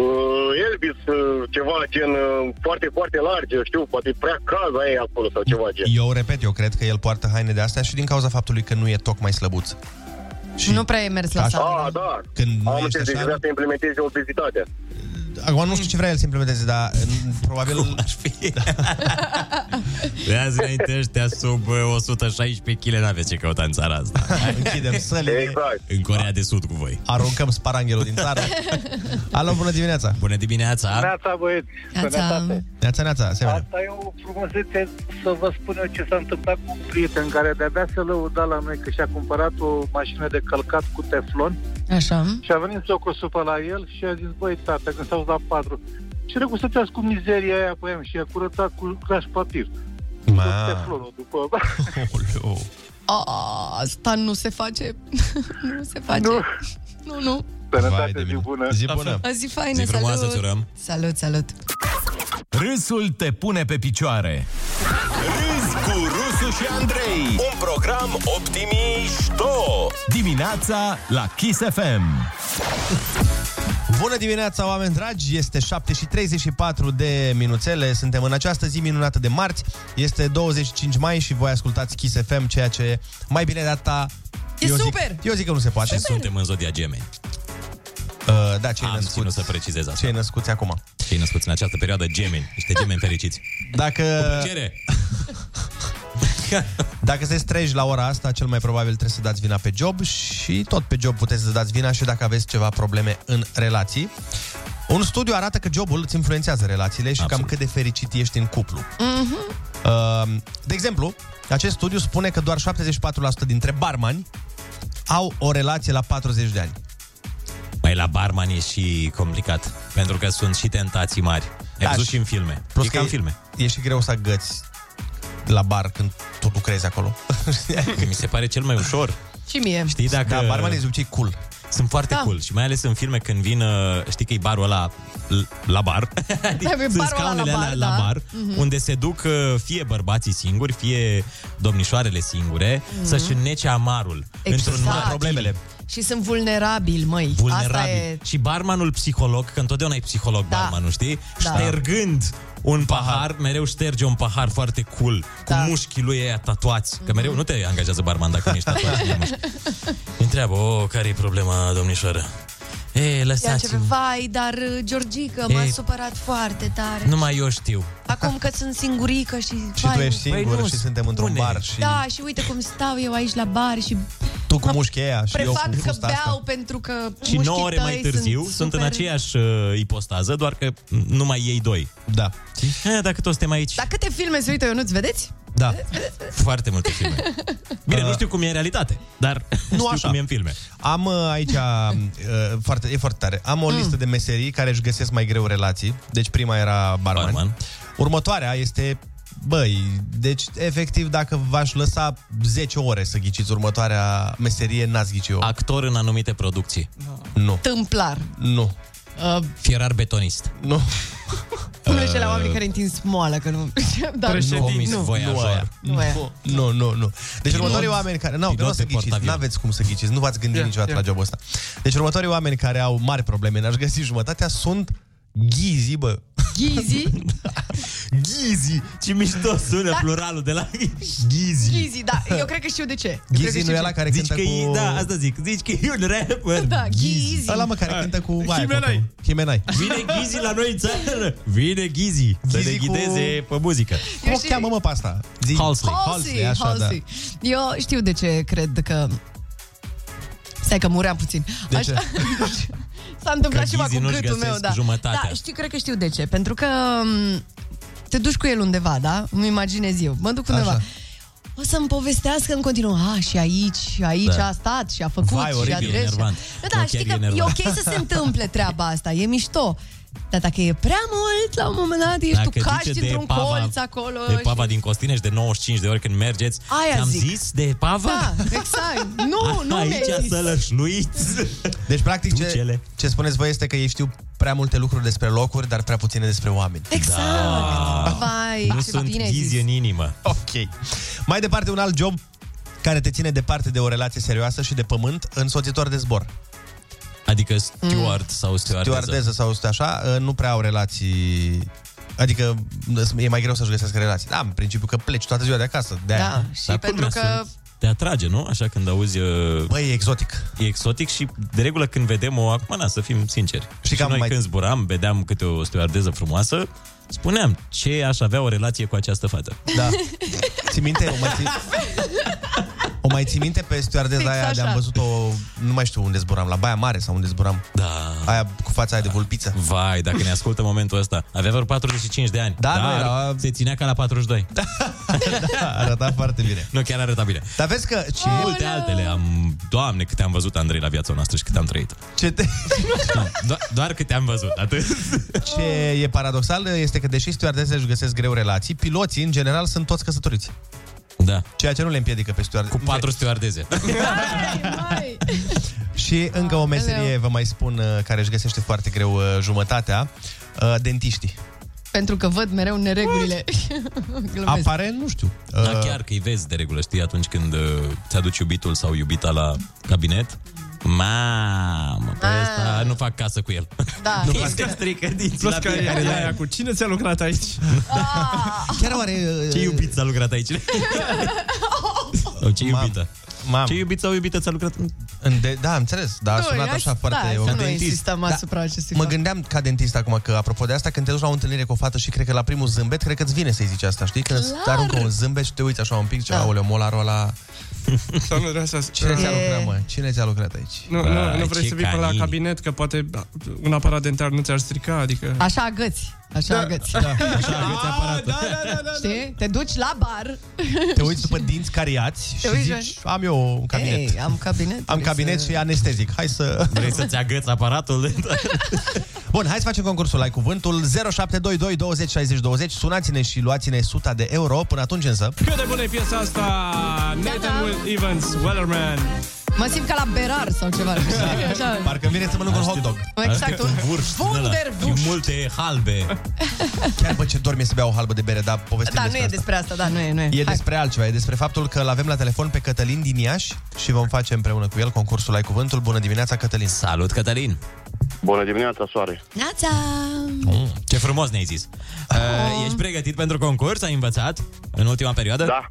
uh, Elvis, uh, ceva gen uh, foarte, foarte larg, eu știu, poate e prea cald aia e acolo sau ceva gen.
Eu repet, eu cred că el poartă haine de astea și din cauza faptului că nu e tocmai slăbuț. Și
nu prea ai mers la
Așa.
sală.
Ah, da.
Când nu
Am
ești
înțeles, deci
așa-
vrea
exact.
să implementeze obezitatea.
Acum nu știu ce vrea el să implementeze, dar n- probabil... da, Cum aș
fi? De azi înainte ăștia sub uh, 116 kg n-aveți ce căuta în țara asta.
[LAUGHS] Închidem sălile.
Exact.
În Corea de Sud cu voi.
Aruncăm sparanghelul din [LAUGHS] țară. Alo, bună dimineața!
Bună dimineața!
Neața, băieți! Sănătate!
Neața, neața, asemenea.
Asta e o frumusețe să vă spun eu ce s-a întâmplat cu un prieten care de-abia se lăuda la noi că și-a cumpărat o mașină de călcat cu teflon
Așa.
și a venit socul supă la el și a zis, băi, tată, când s-au dat patru, ce răgustați cu mizeria aia pe și a curățat cu crash papir.
Ma.
Teflonul după...
A, Asta nu se face. [LAUGHS] nu se face. Nu, nu. nu.
Sănătate, zi bună!
Zi
bună!
O zi faină,
Da. Zi frumoasă,
salut.
ți urăm.
Salut, salut.
Râsul te pune pe picioare.
Râzi cu Rusu și Andrei Un program optimișto
Dimineața la Kiss FM.
Bună dimineața, oameni dragi! Este 7 și 34 de minuțele. Suntem în această zi minunată de marți. Este 25 mai și voi ascultați Kiss FM, ceea ce mai bine de data...
E
eu
super!
Zic, eu zic că nu se poate.
Și suntem în zodia gemeni.
Uh, da, cei
Am născuți. ținut să precizez asta.
Cei născuți acum.
Cei născuți în această perioadă gemeni. Niște gemeni fericiți.
Dacă...
Cu plăcere!
[LAUGHS] Dacă se străji la ora asta, cel mai probabil trebuie să dați vina pe job și tot pe job puteți să dați vina și dacă aveți ceva probleme în relații. Un studiu arată că jobul îți influențează relațiile și Absolut. cam cât de fericit ești în cuplu. Uh, De exemplu, acest studiu spune că doar 74% dintre barmani au o relație la 40 de ani.
Mai la barman e și complicat. Pentru că sunt și tentații mari. Ai văzut
Da, și-
și în filme.
Plus
e
că
ca în
e-
filme.
E și greu să agăți la bar când tu lucrezi acolo.
Mi se pare cel mai ușor.
Și mie.
Știi dacă...
Da, barmanii de obicei cool.
Sunt foarte da. cool și mai ales în filme când vin, uh, știi că e barul ăla l- la bar,
Da, e
sunt
barul ăla
scaunele
la
alea
bar,
la
da.
bar
Mhm.
unde se duc uh, fie bărbații singuri, fie domnișoarele singure,
Mhm.
să-și înnece amarul
Exact.
într-un mod problemele.
Și sunt vulnerabil, măi. Asta
Vulnerabil.
e...
Și barmanul psiholog, că întotdeauna e psiholog da. barmanul, știi?
Da.
Da. Ștergând un pahar, mereu șterge un pahar foarte cool, cu da. mușchii lui ăia tatuați. Că
Mhm.
mereu nu te angajează barman dacă nu ești
[LAUGHS]
tatuat. nu ai mușchi. Întreabă, o, care e problema, domnișoară? E,
Ea începe,
lăsați-mă.
vai, dar uh, Georgica m-a
Ei.
supărat foarte tare.
Numai eu știu.
Acum că sunt singurică și...
Și tu ești singur și suntem într-un bar și
Da, și uite cum stau eu aici la bar și
tu cu mușchii aia și eu cu
prefac că
fusta
beau
asta.
pentru că
Și
mușchii
9 ore mai
tăi
târziu sunt,
sunt,
sunt în
super-
aceeași uh, ipostază, doar că numai ei doi.
Da.
E, dacă toți suntem aici.
Dar câte filme se uită, eu nu-ți vedeți?
Da.
Foarte multe filme. Bine, nu știu cum e în realitate, dar nu știu
așa.
cum e în filme.
Am uh, aici, uh, foarte, e foarte tare, am o
Mm.
listă de meserii care își găsesc mai greu relații. Deci prima era barman. barman. Următoarea este, băi, deci efectiv dacă v-aș lăsa 10 ore să ghiciți următoarea meserie, n-ați ghici eu.
Actor în anumite producții.
Nu.
Tâmplar.
Nu.
Uh,
Fierar betonist.
Nu.
Cum le la oamenii care întind smoală, că [LAUGHS] nu... Dar
nu,
nu,
nu, aia.
Da. Nu aia.
nu, nu, nu, nu. Deci
Pilot.
următorii oameni care... Nu, că nu o să
Pilot de
ghiciți,
portabil.
nu aveți cum să ghiciți, nu v-ați gândit
Ia,
niciodată
ia.
la jobul ăsta. Deci următorii oameni care au mari probleme, n-aș găsi jumătatea, sunt ghizi, bă. [LAUGHS]
Ghizi?
Da.
Ghizi! Ce [LAUGHS] mișto sună
Da.
pluralul de la Ghizi.
Easy, da, eu cred că știu de ce. Eu cred că
Ghizi
știu
nu e
ce.
ăla care
Zici
cântă
că
cu...
e- da, asta zic. Zici că e un rapper.
Da, Ghizi.
Ăla mă care cântă cu... aia,
Himenai.
cu- Himenai. [LAUGHS]
Vine Ghizi la noi în țară. Vine Ghizi. Să
Ghizi
ne
cu-
ghideze pe muzică.
Cum o cheamă, mă, pe asta? Zi-
Halsley.
Halsey,
da.
Halsey. Eu știu de ce cred că... Stai că muream puțin.
De ce?
[LAUGHS] S-a întâmplat
Că
ceva
ghizii
cu
nu-și
gâtul meu,
găsesc
da.
jumătatea.
Da, știu, cred că știu de ce. Pentru că m, te duci cu el undeva, da? Îmi imaginez eu. Mă duc undeva.
Așa.
O să-mi povestească în continuu. A, și aici, și aici
Da.
a stat, și a făcut,
Vai,
și
oribil,
a
e
drept. și a-
enervant.
Da,
Nu,
da,
chiar
știi
e
că e
enervant.
ok să se întâmple treaba asta, e mișto. Dar dacă e prea mult, la un moment dat ești tu caști într-un colț acolo.
de
și-
pava din Costineș de 95 de ori când mergeți,
Aia
ți-am
zic.
zis de pava? [LAUGHS]
Da, exact.
[LAUGHS]
Nu, nu mi-ai
Aici
zis.
să lășluiți.
Deci, practic, ce, ce spuneți voi este că ei știu prea multe lucruri despre locuri, dar prea puține despre oameni.
Exact.
Da.
Vai,
nu
ce
sunt
bine ai
ghizi
zis.
în inimă.
Ok. Mai departe, un alt job care te ține departe de o relație serioasă și de pământ, însoțitor de zbor.
Adică steward mm. sau stewardeză.
Stewardeză sau st- așa, Ă, nu prea au relații... Adică e mai greu să-și găsească relații. Da, în principiu că pleci toată ziua de acasă. De
Da, și
Dar
pentru
culmea,
că-
sunt- Te atrage, nu? Așa când auzi... uh,
Băi, e exotic.
E exotic și de regulă când vedem o... Acum, na, să fim sinceri. Și, și
cam
noi
mai-
mai... când zburam, vedeam câte o stewardeză frumoasă, spuneam ce aș avea o relație cu această fată.
Da.
Mm-hmm.
Ți minte? O mai ții, o mai ții minte pe stewardeza
Fix
aia de am
așa.
văzut-o, nu mai știu unde zburam, la Baia Mare sau unde zburam.
Da.
Aia cu fața aia de vulpiță.
Vai, dacă ne ascultă în momentul ăsta. Avea vreo 45 de ani.
Da,
dar
nu era-
se ținea ca la
[LAUGHS]
42. Da.
Arăta foarte bine.
Nu, chiar arăta bine.
Dar vezi că...
Și multe altele am... Doamne, câte am văzut, Andrei, la viața noastră și câte am trăit. Da, [LAUGHS]
Ce te...
Do- doar câte am văzut, atât.
Ce e paradoxal este că deși stewardesele își găsesc greu relații, piloții în general sunt toți căsătoriți.
Da.
Ceea ce nu le împiedică pe stewardeze. Cu
patru stewardeze.
[LAUGHS] Și încă o meserie, vă mai spun, uh, care își găsește foarte greu uh, jumătatea, uh, dentiștii.
Pentru că văd mereu neregurile. [LAUGHS] Glumesc.
Aparent, nu știu.
Da, chiar că îi vezi de regulă, știi, atunci când uh, ți-aduci iubitul sau iubita la cabinet, Mamă, pe ăsta nu fac casă cu el. [LAUGHS]
Da.
nu fac casă. strică dinții
Plus
la
că
fiecare
e de
zi.
aia cu cine ți-a lucrat
[LAUGHS]
aici?
Ah!
Chiar oare... uh,
Ce iubit ți-a lucrat aici? Sau ce iubită?
Mam.
Ce iubit sau iubită ți-a lucrat?
În de- da, am înțeles, dar a
Nu,
sunat
hai
așa
să- da,
foarte...
să
ok. Da.
nu insistăm asupra acestui
Mă
fapt.
gândeam ca dentist acum că, apropo de asta, când te duci la o întâlnire cu o fată și cred că la primul zâmbet, cred că îți vine să-i zici asta, știi? Când îți
Clar.
aruncă un zâmbet și te uiți așa un pic, da. aoleu, molarul ăla... Cine
E-
ți-a lucrat, mă? Cine ți-a lucrat aici?
Nu, nu, nu vrei să vii pe la cabinet, că poate un aparat dentar nu ți-ar strica, adică...
Așa agăți. Așa da. agăți. Da,
așa
[LAUGHS]
agăți aparatul.
Da, da, da, da, Știi? Te duci la bar.
Te uiți după dinți cariați
Te
și
uiți,
zici, am eu un cabinet.
Ei, am cabinet.
Am cabinet și anestezic. Hai să...
Vrei să-ți agăți aparatul?
[LAUGHS] Bun, hai să facem concursul. Ai cuvântul 0722 20 60 20. Sunați-ne și luați-ne 100 de euro. Până atunci însă...
Cât de bună e piesa asta! Nathan Will Evans, Wellerman.
Mă simt ca la berar sau ceva.
[LAUGHS]
Așa.
Parcă îmi vine să mănânc un hot dog.
Exact, un Wunderwurst.
multe halbe. Chiar bă, ce dormi să beau o halbă de bere, dar povestim
Da, nu
despre
e
asta.
despre asta, da, nu e, nu e.
E
Hai.
despre altceva, e despre faptul că l-avem la telefon pe Cătălin din Iași și vom face împreună cu el concursul Ai Cuvântul. Bună dimineața, Cătălin! Salut, Cătălin!
Bună dimineața, soare!
Nața!
Ce frumos ne-ai zis. Uh, ești pregătit pentru concurs? Ai învățat în ultima perioadă? Da.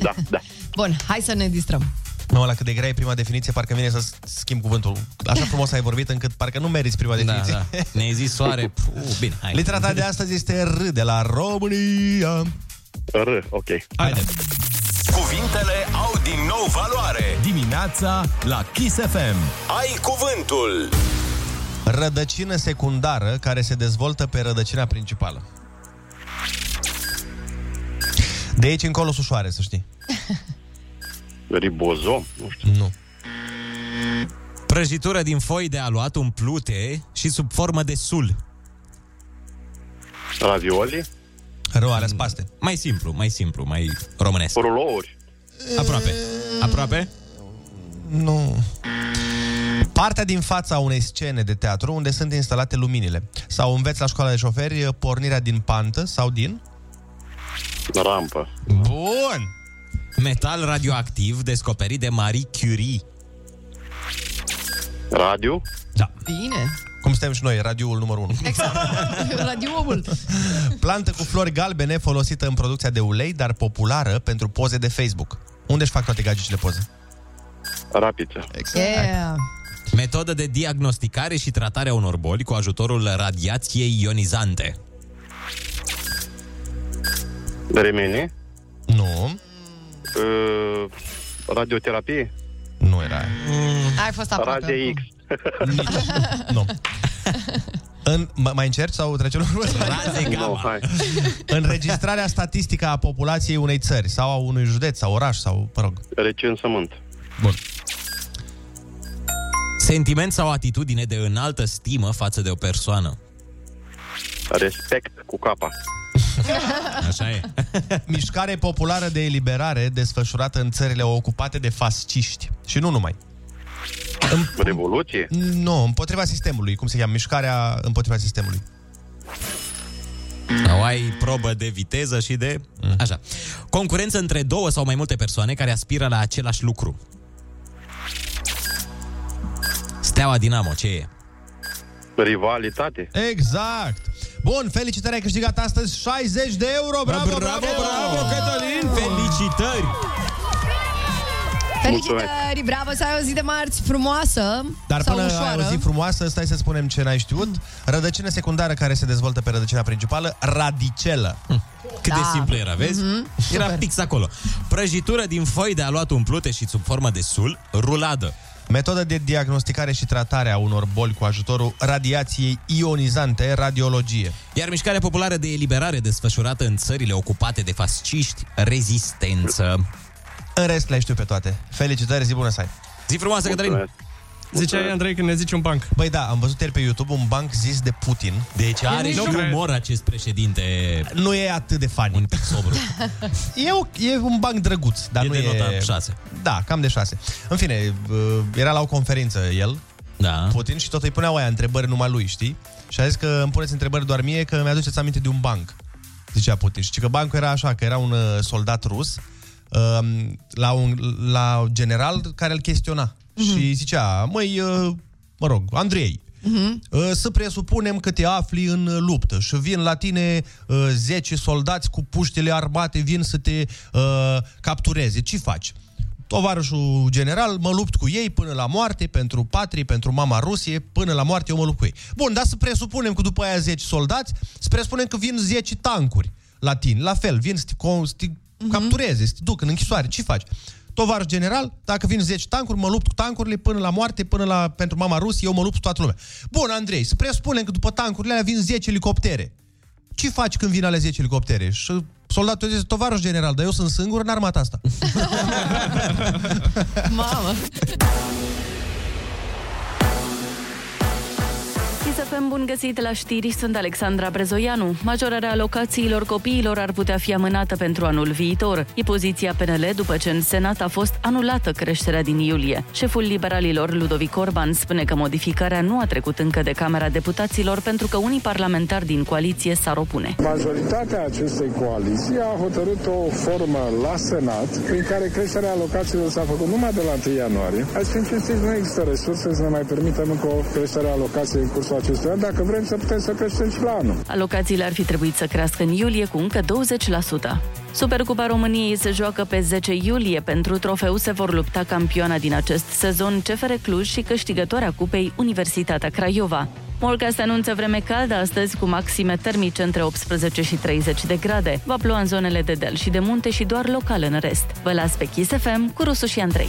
Da, da.
Bun, hai să ne distrăm.
Mă, la cât de grea e prima definiție, parcă îmi vine să schimb cuvântul. Așa frumos ai vorbit încât parcă nu meriți prima definiție.
da. Ne-ai zis
[LAUGHS]
soare. Puh, bine, hai.
Litera ta de astăzi este R de la România.
R, ok.
Haide.
Cuvintele au din nou valoare.
Dimineața la Kiss FM.
Ai cuvântul.
Rădăcină secundară care se dezvoltă pe rădăcina principală. De aici încolo sușoare, să știi.
Ribozom? Nu știu.
Nu.
Prăjitură din foi de aluat umplute și sub formă de sul.
Ravioli?
Rău, alea paste.
Mai simplu, mai simplu, mai românesc.
Rulouri?
Aproape. Aproape?
Nu. Partea din fața unei scene de teatru unde sunt instalate luminile. Sau înveți la școala de șoferi pornirea din pantă sau din...
Rampă.
Bun!
Metal radioactiv descoperit de Marie Curie.
Radio?
Bine.
Cum suntem și noi, radioul numărul 1.
Exact. Radioul.
[LAUGHS] Plantă cu flori galbene folosită în producția de ulei, dar populară pentru poze de Facebook. Unde își fac toate gagicile poze?
Rapiță.
Exact. Yeah.
Metodă de diagnosticare și tratare a unor boli cu ajutorul radiației ionizante.
Remene?
Nu.
Uh, radioterapie?
Nu era aia. Mm,
Ai fost aproape.
[LAUGHS]
Radio X.
În, m- mai încerci sau trecem la următoarea?
Nu, hai.
Înregistrarea statistică a populației unei țări sau a unui județ sau oraș sau, mă rog.
Recensământ.
Sentiment sau atitudine de înaltă stimă față de o persoană.
Respect cu capa.
Așa e.
Mișcare populară de eliberare desfășurată în țările ocupate de fasciști. Și nu numai.
Revoluție?
Nu, împotriva sistemului, cum se cheamă, mișcarea împotriva sistemului.
Sau ai probă de viteză și de...
Mm.
Așa. Concurență între două sau mai multe persoane care aspiră la același lucru. Steaua Dinamo, ce e?
Rivalitate?
Exact! Bun, felicitări, ai câștigat astăzi 60 de euro! Bravo, bravo, bravo, bravo Cătălin!
Felicitări!
Felicitări, bravo să ai o zi de marți frumoasă
Dar
sau
până
ușoară.
ai o zi frumoasă, stai să spunem ce n-ai știut. Rădăcină secundară care se dezvoltă pe rădăcina principală, radicelă.
Cât da. de simplu era, vezi?
Mhm.
Mhm.
Mm-hmm. Era fix acolo. Prăjitură din foi de aluat umplute și sub formă de sul, ruladă.
Metodă de diagnosticare și tratare a unor boli cu ajutorul radiației ionizante, radiologie.
Iar mișcarea populară de eliberare desfășurată în țările ocupate de fasciști, rezistență.
În rest le știu pe toate. Felicitări, zi bună să ai!
Zi frumoasă, Cătălin!
Ziceai, Andrei, când ne zici un banc.
Băi, da, am văzut ieri pe YouTube un banc zis de Putin.
Deci are și
nu, cred.
umor acest președinte.
nu e atât de funny.
Un pic sobru.
E, o, e un banc drăguț, dar
E
nu
de
e...
nota șase.
Da, cam de 6. În fine, uh, era la o conferință el,
da.
Putin, și tot îi puneau aia întrebări numai lui, știi? Și a zis că îmi puneți întrebări doar mie, că mi-aduceți aminte de un banc, zicea Putin. Și că bancul era așa, că era un uh, soldat rus um, la un la general care îl chestiona. Și zicea, măi, uh, mă rog, Andrei,
Mm-hmm.
Uh, Să presupunem că te afli în uh, luptă și vin la tine uh, 10 soldați cu puștile armate, vin să te uh, captureze. Ce faci? Tovarășul general, mă lupt cu ei până la moarte, pentru patrie, pentru mama Rusie, până la moarte eu mă lupt cu ei. Bun, dar să presupunem că după aia 10 soldați, să presupunem că vin 10 tancuri la tine. La fel, vin să te, con- să te captureze, să te duc în închisoare. Ce faci? Tovarăș general, dacă vin 10 tancuri, mă lupt cu tancurile până la moarte, până la, pentru mama Rusie, eu mă lupt cu toată lumea. Bun, Andrei, să presupunem că după tancurile alea vin 10 elicoptere. Ce faci când vin ale 10 elicoptere? Și soldatul zice, tovarăș general, dar eu sunt singur în armata asta.
Mm-hmm. Mamă.
KSFM, bun găsit la știri, sunt Alexandra Brezoianu. Majorarea alocațiilor copiilor ar putea fi amânată pentru anul viitor. E poziția PNL după ce în Senat a fost anulată creșterea din iulie. Șeful liberalilor Ludovic Orban spune că modificarea nu a trecut încă de Camera Deputaților pentru că unii parlamentari din coaliție s-ar opune.
Majoritatea acestei coaliții a hotărât o formă la Senat prin care creșterea alocațiilor s-a făcut numai de la 1 ianuarie. Ați fi cinstit, nu există resurse să ne mai permitem încă o creștere a alocației în cursul acestui an. Dacă vrem să putem să creștem și la anul.
Alocațiile ar fi trebuit să crească în iulie cu încă 20%. Supercupa României se joacă pe 10 iulie. Pentru trofeu se vor lupta campioana din acest sezon CFR Cluj și câștigătoarea cupei Universitatea Craiova. Morca se anunță vreme caldă astăzi cu maxime termice între 18 și 30 de grade. Va ploua în zonele de deal și de munte și doar local în rest. Vă las pe Kiss FM cu Rusu și Andrei.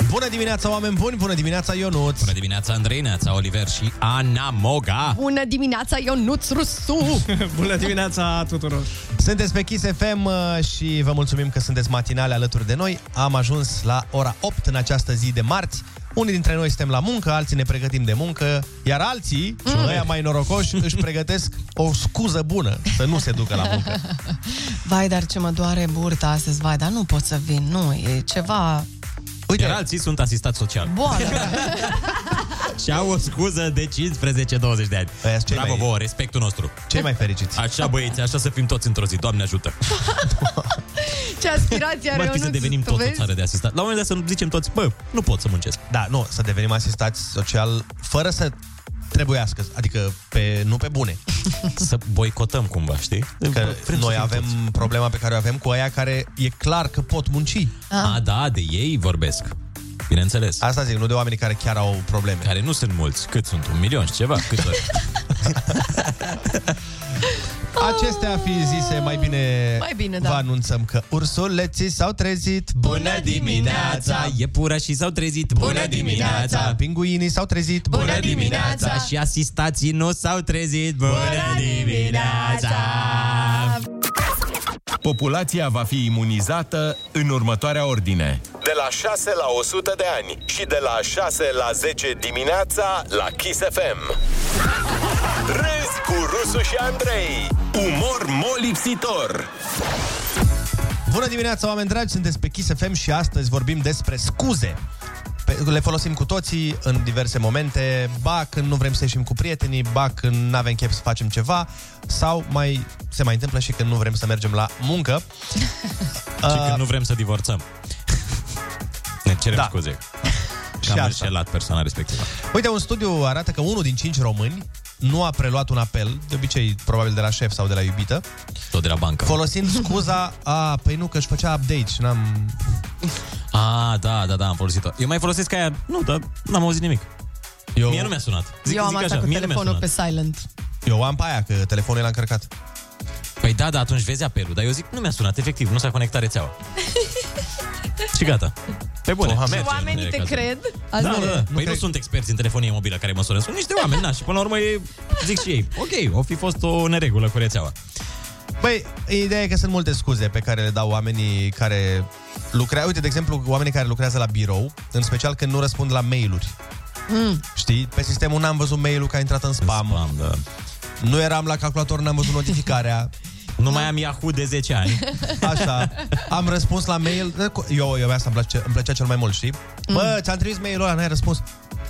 Bună dimineața, oameni buni! Bună dimineața, Ionuț!
Bună dimineața, Andrei, Neața, Oliver și Ana Moga.
Bună dimineața, Ionuț
[LAUGHS]
Rusu!
Bună dimineața tuturor!
Sunteți pe Kiss FM uh, și vă mulțumim că sunteți matinale alături de noi. Am ajuns la ora 8 în această zi de marți. Unii dintre noi suntem la muncă, alții ne pregătim de muncă, iar alții, mm. ăia mai norocoși, își pregătesc o scuză bună să nu se ducă la muncă.
Vai, dar ce mă doare burta astăzi, vai, dar nu pot să vin, nu, e ceva...
Uite, Iar alții sunt asistat social.
Boală.
[LAUGHS]
Și au o scuză de 15-20 de ani.
Păi
Bravo vouă, respectul nostru.
Cei mai fericiți.
Așa băieți, așa să fim toți într-o zi. Doamne ajută.
Ce aspirație are
Mai fi
Ionuț,
să devenim
tu
toți o
vezi?
țară de asistat. La un moment dat să zicem toți, bă, nu pot să muncesc.
Da, nu, să devenim asistați social fără să trebuiască, adică pe, nu pe bune.
[LAUGHS] Să boicotăm cumva, știi?
Că noi avem problema pe care o avem cu aia care e clar că pot munci.
A,
Ah.
da, de ei vorbesc. Bineînțeles.
Asta zic, nu de oamenii care chiar au probleme.
Care nu sunt mulți. Cât sunt? Un milion și ceva? Cât ori?
Acestea fi zise, mai bine,
Mai bine, da.
vă anunțăm că ursuleții s-au trezit.
Bună dimineața! Iepurașii s-au trezit. Bună dimineața!
Pinguinii s-au trezit.
Bună dimineața! Și asistații nu s-au trezit. Bună dimineața!
Populația va fi imunizată în următoarea ordine.
De la 6 la 100 de ani și de la 6 la 10 dimineața la Kiss FM. Râzi cu Rusu și Andrei. Umor molipsitor.
Bună dimineața, oameni dragi! Sunteți pe Kiss FM și astăzi vorbim despre scuze. Pe, le folosim cu toții în diverse momente, ba când nu vrem să ieșim cu prietenii, ba când nu avem chef să facem ceva, sau mai se mai întâmplă și când nu vrem să mergem la muncă. Uh,
Și când nu vrem să divorțăm. Ne cerem da. [LAUGHS] scuze. Că
Și
am
asta.
înșelat persoana respectivă.
Uite, un studiu arată că unul din cinci români nu a preluat un apel, de obicei probabil de la șef sau de la iubită,
Tot de la bancă.
folosind scuza, a, păi nu, că își făcea update și n-am...
A, da, da, da, am folosit-o. Eu mai folosesc aia... Nu, dar n-am auzit nimic. Eu... Mie nu mi-a sunat. Zic,
Eu am
zic
asta
așa,
cu
mie nu mi-a
telefonul
sunat.
pe silent.
Eu am pe aia, că telefonul l-a încărcat.
Păi da, da, atunci vezi apelul, dar eu zic, nu mi-a sunat, efectiv, nu s-a conectat rețeaua.
[LAUGHS]
și gata. Pe bune,
Oha,
merge
Și
în
oamenii
unele
te
cazuri.
cred?
Da,
Azi
da,
nu.
da. Păi nu, sunt experți în telefonie mobilă care măsură. Sunt niște oameni, na, și până la urmă e, zic și ei, ok, o fi fost o neregulă cu rețeaua.
Băi, ideea e că sunt multe scuze pe care le dau oamenii care lucrează. Uite, de exemplu, oamenii care lucrează la birou, în special când nu răspund la mail-uri.
Mm.
Știi? Pe sistemul n-am văzut mail-ul că a intrat în spam.
Spam, da.
Nu eram la calculator, n-am văzut
[LAUGHS]
notificarea.
Nu mai am Yahoo de 10 ani.
[LAUGHS] Așa. Am răspuns la mail. Eu, eu asta îmi, place, îmi plăcea cel mai mult, știi? Bă,
Mm.
ți-am trimis mail-ul ăla, n-ai răspuns.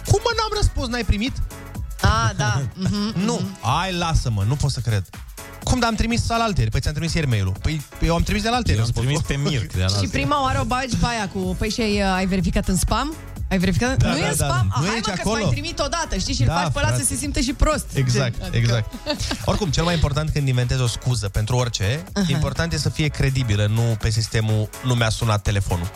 Cum mă n-am răspuns, n-ai primit?
A,
[LAUGHS]
da. Mhm.
Nu. Ai, lasă-mă, nu pot să cred. Cum, dar am trimis al alteri? Păi ți-am trimis ieri mail-ul. Păi eu am trimis de la alteri.
Eu am
răspunsul.
trimis pe Mirc de
Și
la
prima oară o bagi pe aia cu... Păi și ai, uh, ai verificat în spam? Ai verificat?
Da, da,
nu e în
da,
spam?
da.
Ah,
Nu e
hai
nici
mă că-ți
acolo.
mai trimit odată, știi? Și îl
Da,
faci pe ăla
frate.
să se simte și prost.
Exact,
Gen,
adică... exact. Oricum, cel mai important când inventezi o scuză pentru orice, uh-huh. important e să fie credibilă, nu pe sistemul nu mi-a sunat telefonul.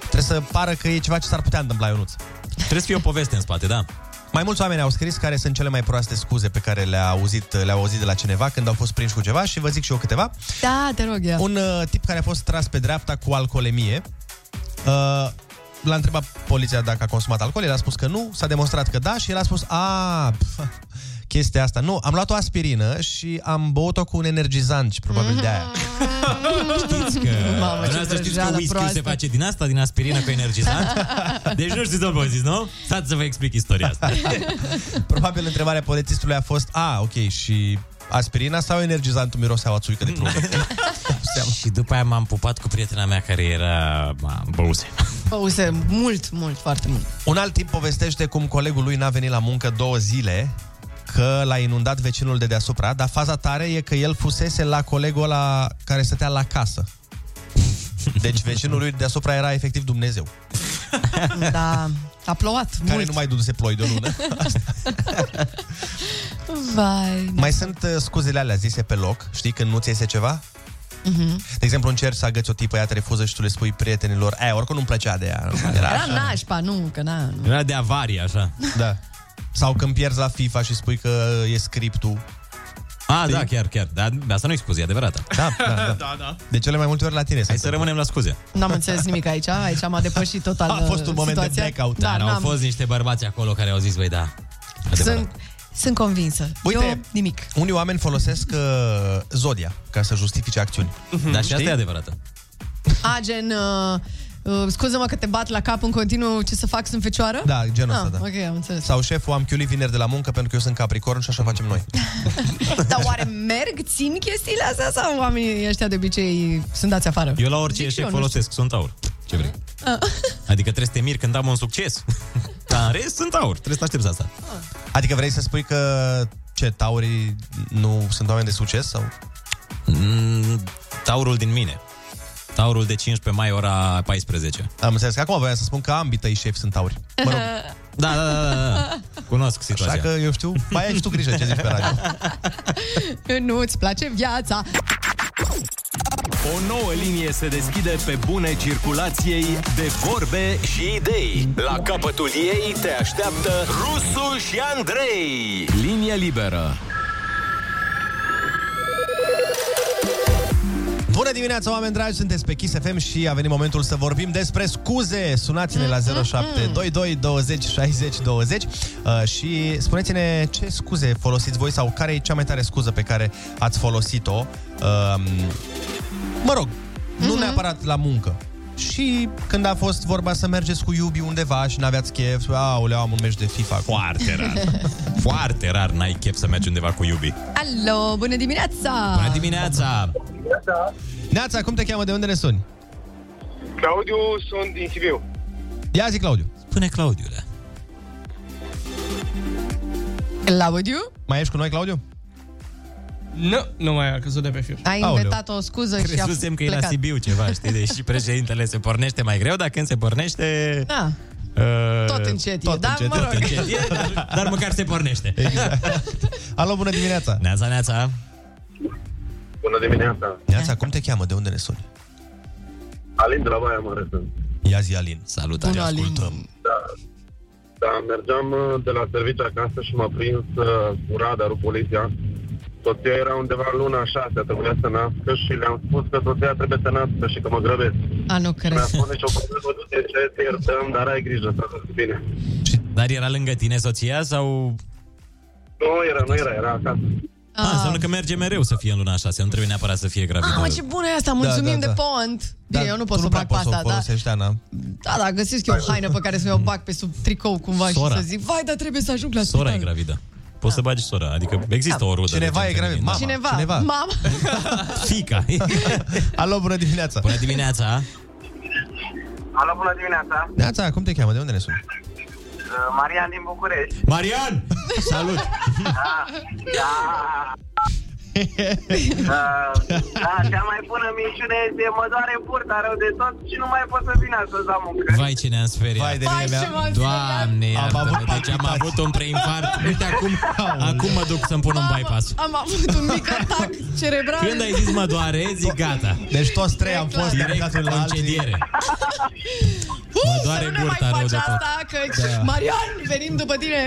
Trebuie să pară că e ceva ce s-ar putea întâmpla, Ionuț.
Trebuie să fie o poveste în spate, da?
Mai mulți oameni au scris care sunt cele mai proaste scuze pe care le-a auzit, le-au auzit de la cineva când au fost prinși cu ceva și vă zic și eu câteva.
Da, te rog, ia.
Un uh, tip care a fost tras pe dreapta cu alcoolemie. Uh, l-a întrebat poliția dacă a consumat alcool, el a spus că nu, s-a demonstrat că da și el a spus, a, pf, chestia asta, nu, am luat o aspirină și am băut-o cu un energizant și probabil de aia.
Mhm.
Știți că...
Mamă, ce
Dumneavoastră știți că
vrăjeală
whisky
proastă.
se face din asta, din aspirină cu energizant?
[LAUGHS]
Deci nu știți, domnul zis, nu? Stați să vă explic istoria
[LAUGHS]
asta.
Probabil întrebarea polițistului a fost, a, ok, și aspirina sau energizantul miroseaua țuică de prună?
Și după aia m-am pupat cu prietena mea care era ma, băuse.
Pause mult, mult, foarte mult.
Un alt tip povestește cum colegul lui n-a venit la muncă două zile că l-a inundat vecinul de deasupra, dar faza tare e că el fusese la colegul ăla care stătea la casă. Deci vecinul lui deasupra era efectiv Dumnezeu,
[LAUGHS] Da, a plouat
care
mult.
nu mai duse ploi de o
[LAUGHS]
lună.
Vai.
mai sunt uh, scuzele alea zise pe loc, știi, când nu ți iese ceva?
Mhm.
De exemplu, încerci să agăți o tipă, ea te refuză și tu le spui prietenilor, aia oricum nu-mi plăcea de ea.
Da,
Era,
Era
așa.
nașpa, nu, că na, nu.
Era de avarie, așa. Da. Sau când pierzi la FIFA și spui că e scriptul.
A, da, chiar, chiar. Dar asta nu e scuze, e adevărată.
Da, da,
[LAUGHS]
da. De cele mai multe ori la tine.
Hai să rămânem la scuze.
N-am înțeles nimic aici, aici am depășit total
A fost un moment de
Uh, situația.
blackout.
Da,
Dar au
n-am.
fost niște bărbați acolo care au zis, băi, da.
Sunt, sunt convinsă.
Uite,
Eu, nimic.
Unii oameni folosesc uh, zodia ca să justifice acțiuni.
Dar și Mhm. asta e
adevărată.
A, gen... Uh, uh, scuză-mă că te bat la cap în continuu ce să fac, sunt fecioară?
Da, genul
ah,
ăsta, da.
Ok, am înțeles.
Sau șeful, am chiulit vineri de la muncă pentru că eu sunt capricorn și așa facem noi.
Dar oare merg, țin chestiile astea sau oamenii ieștia de obicei sunt dați afară?
Eu la orice
și eu,
eșec
nu
folosesc, sunt aur. Ce vrei?
Ah.
Adică trebuie să te miri când am un
[LAUGHS]
succes. Dar în rest sunt aur, trebuie să aștepți asta.
Adică vrei să spui că ce, taurii nu sunt oameni de succes? sau?
Mm, taurul din mine. Taurul de 15 mai, ora 14.
Am înțeles că acum voiam să spun că ambii tăi șefi sunt tauri. Mă rog.
Da, da, da, da, da. Cunosc situația.
Așa că eu știu, mai ai și tu grijă ce zici pe radio.
[LAUGHS] Nu-ți place viața.
O nouă linie se deschide pe bune circulației de vorbe și idei. La capătul ei te așteaptă Rusu și Andrei. Linie liberă.
Bună dimineața, oameni dragi! Sunteți pe Kiss FM și a venit momentul să vorbim despre scuze. Sunați-ne la 0722 20 60 20 uh, și spuneți-ne ce scuze folosiți voi sau care e cea mai tare scuză pe care ați folosit-o. Um, mă rog, nu neapărat la muncă. Și când a fost vorba să mergeți cu iubii undeva și n-aveați chef, aoleu, am un meci de FIFA.
Foarte
[LAUGHS]
rar. Foarte rar n-ai chef să mergi undeva cu iubii.
Alo, bună dimineața!
Bună dimineața!
Neața, cum te cheamă? De unde ne suni?
[LAUGHS] Claudiu, sunt din Sibiu.
Ia zi, Claudiu.
Spune, Claudiu.
Claudiu,
Mai ești cu noi, Claudiu?
Nu, nu mai a căzut de pe fir.
ai
Aoleu.
inventat o scuză și a
Crezusem că e la
plecat.
Sibiu ceva, știi? Deși președintele se pornește mai greu, dar când se pornește...
Da,
Uh,
tot încet e, da, mă rog. Exact.
Încet e, dar- dar măcar se pornește.
Alo, bună dimineața!
Neața, neața!
Bună dimineața.
Neața, cum te cheamă? De unde ne suni?
Alin de la Baia Mare sunt.
Ia zi, Alin.
Salutare,
Bună, Alin.
ascultăm.
Da. Da, mergeam uh, de la serviciu acasă și m-a prins uh, cu radarul poliția. Soția era undeva în luna 6, trebuia să nască și le-am spus că soția trebuie să nască și că mă grăbesc.
A, nu cred.
Mi-a spus nicio problemă, du-te ce te iertăm, dar ai grijă să fii bine.
Dar era lângă tine soția sau...
Nu era, nu era, era acasă.
Ah, înseamnă că merge mereu să fie în luna 6, nu trebuie neapărat să fie gravidă.
Mamă, Ah, ce bună e asta, mulțumim
da, da.
de pont! Bine, eu nu pot
tu
să
nu
fac pe
prea poți
asta,
să o
da.
folosești.
Ești Ana.
Da, da, găsesc eu o haină pe care să mi-o bag pe sub tricou cumva
Sora.
și să zic, vai, dar trebuie să ajung la
Sora e
spital.
gravidă. Poți să bagi sora, adică există
Da.
o rudă.
Cineva e gravid. Mama,
Cineva,
cineva.
mama.
Fica.
Alo, bună dimineața!
Bună dimineața!
Alo, bună dimineața!
Neața, cum te cheamă? De unde ne suni?
Uh, Marian din București.
[LAUGHS]
Marian! Salut!
Da, da. Uh, da, cea mai bună minciune este mă doare burta rău de tot și nu mai pot să vin astăzi la muncă.
Vai ce ne-am speriat. Vai
de Vai, mine ce mea. m-am
Doamne,
speriat. Am
iartă-mă, deci am avut un preinfarct. Uite acum, acum mă duc să-mi pun un bypass.
Am avut un mic atac cerebral.
Când ai zis mă doare, zic gata.
Deci toți trei am
clar.
fost
Direct
dedicați unul
în
la alții.
concediere. Mă doare doare
nu ne mai
burta rău
faci
de tot.
asta, că
Da.
Marian, venim după tine.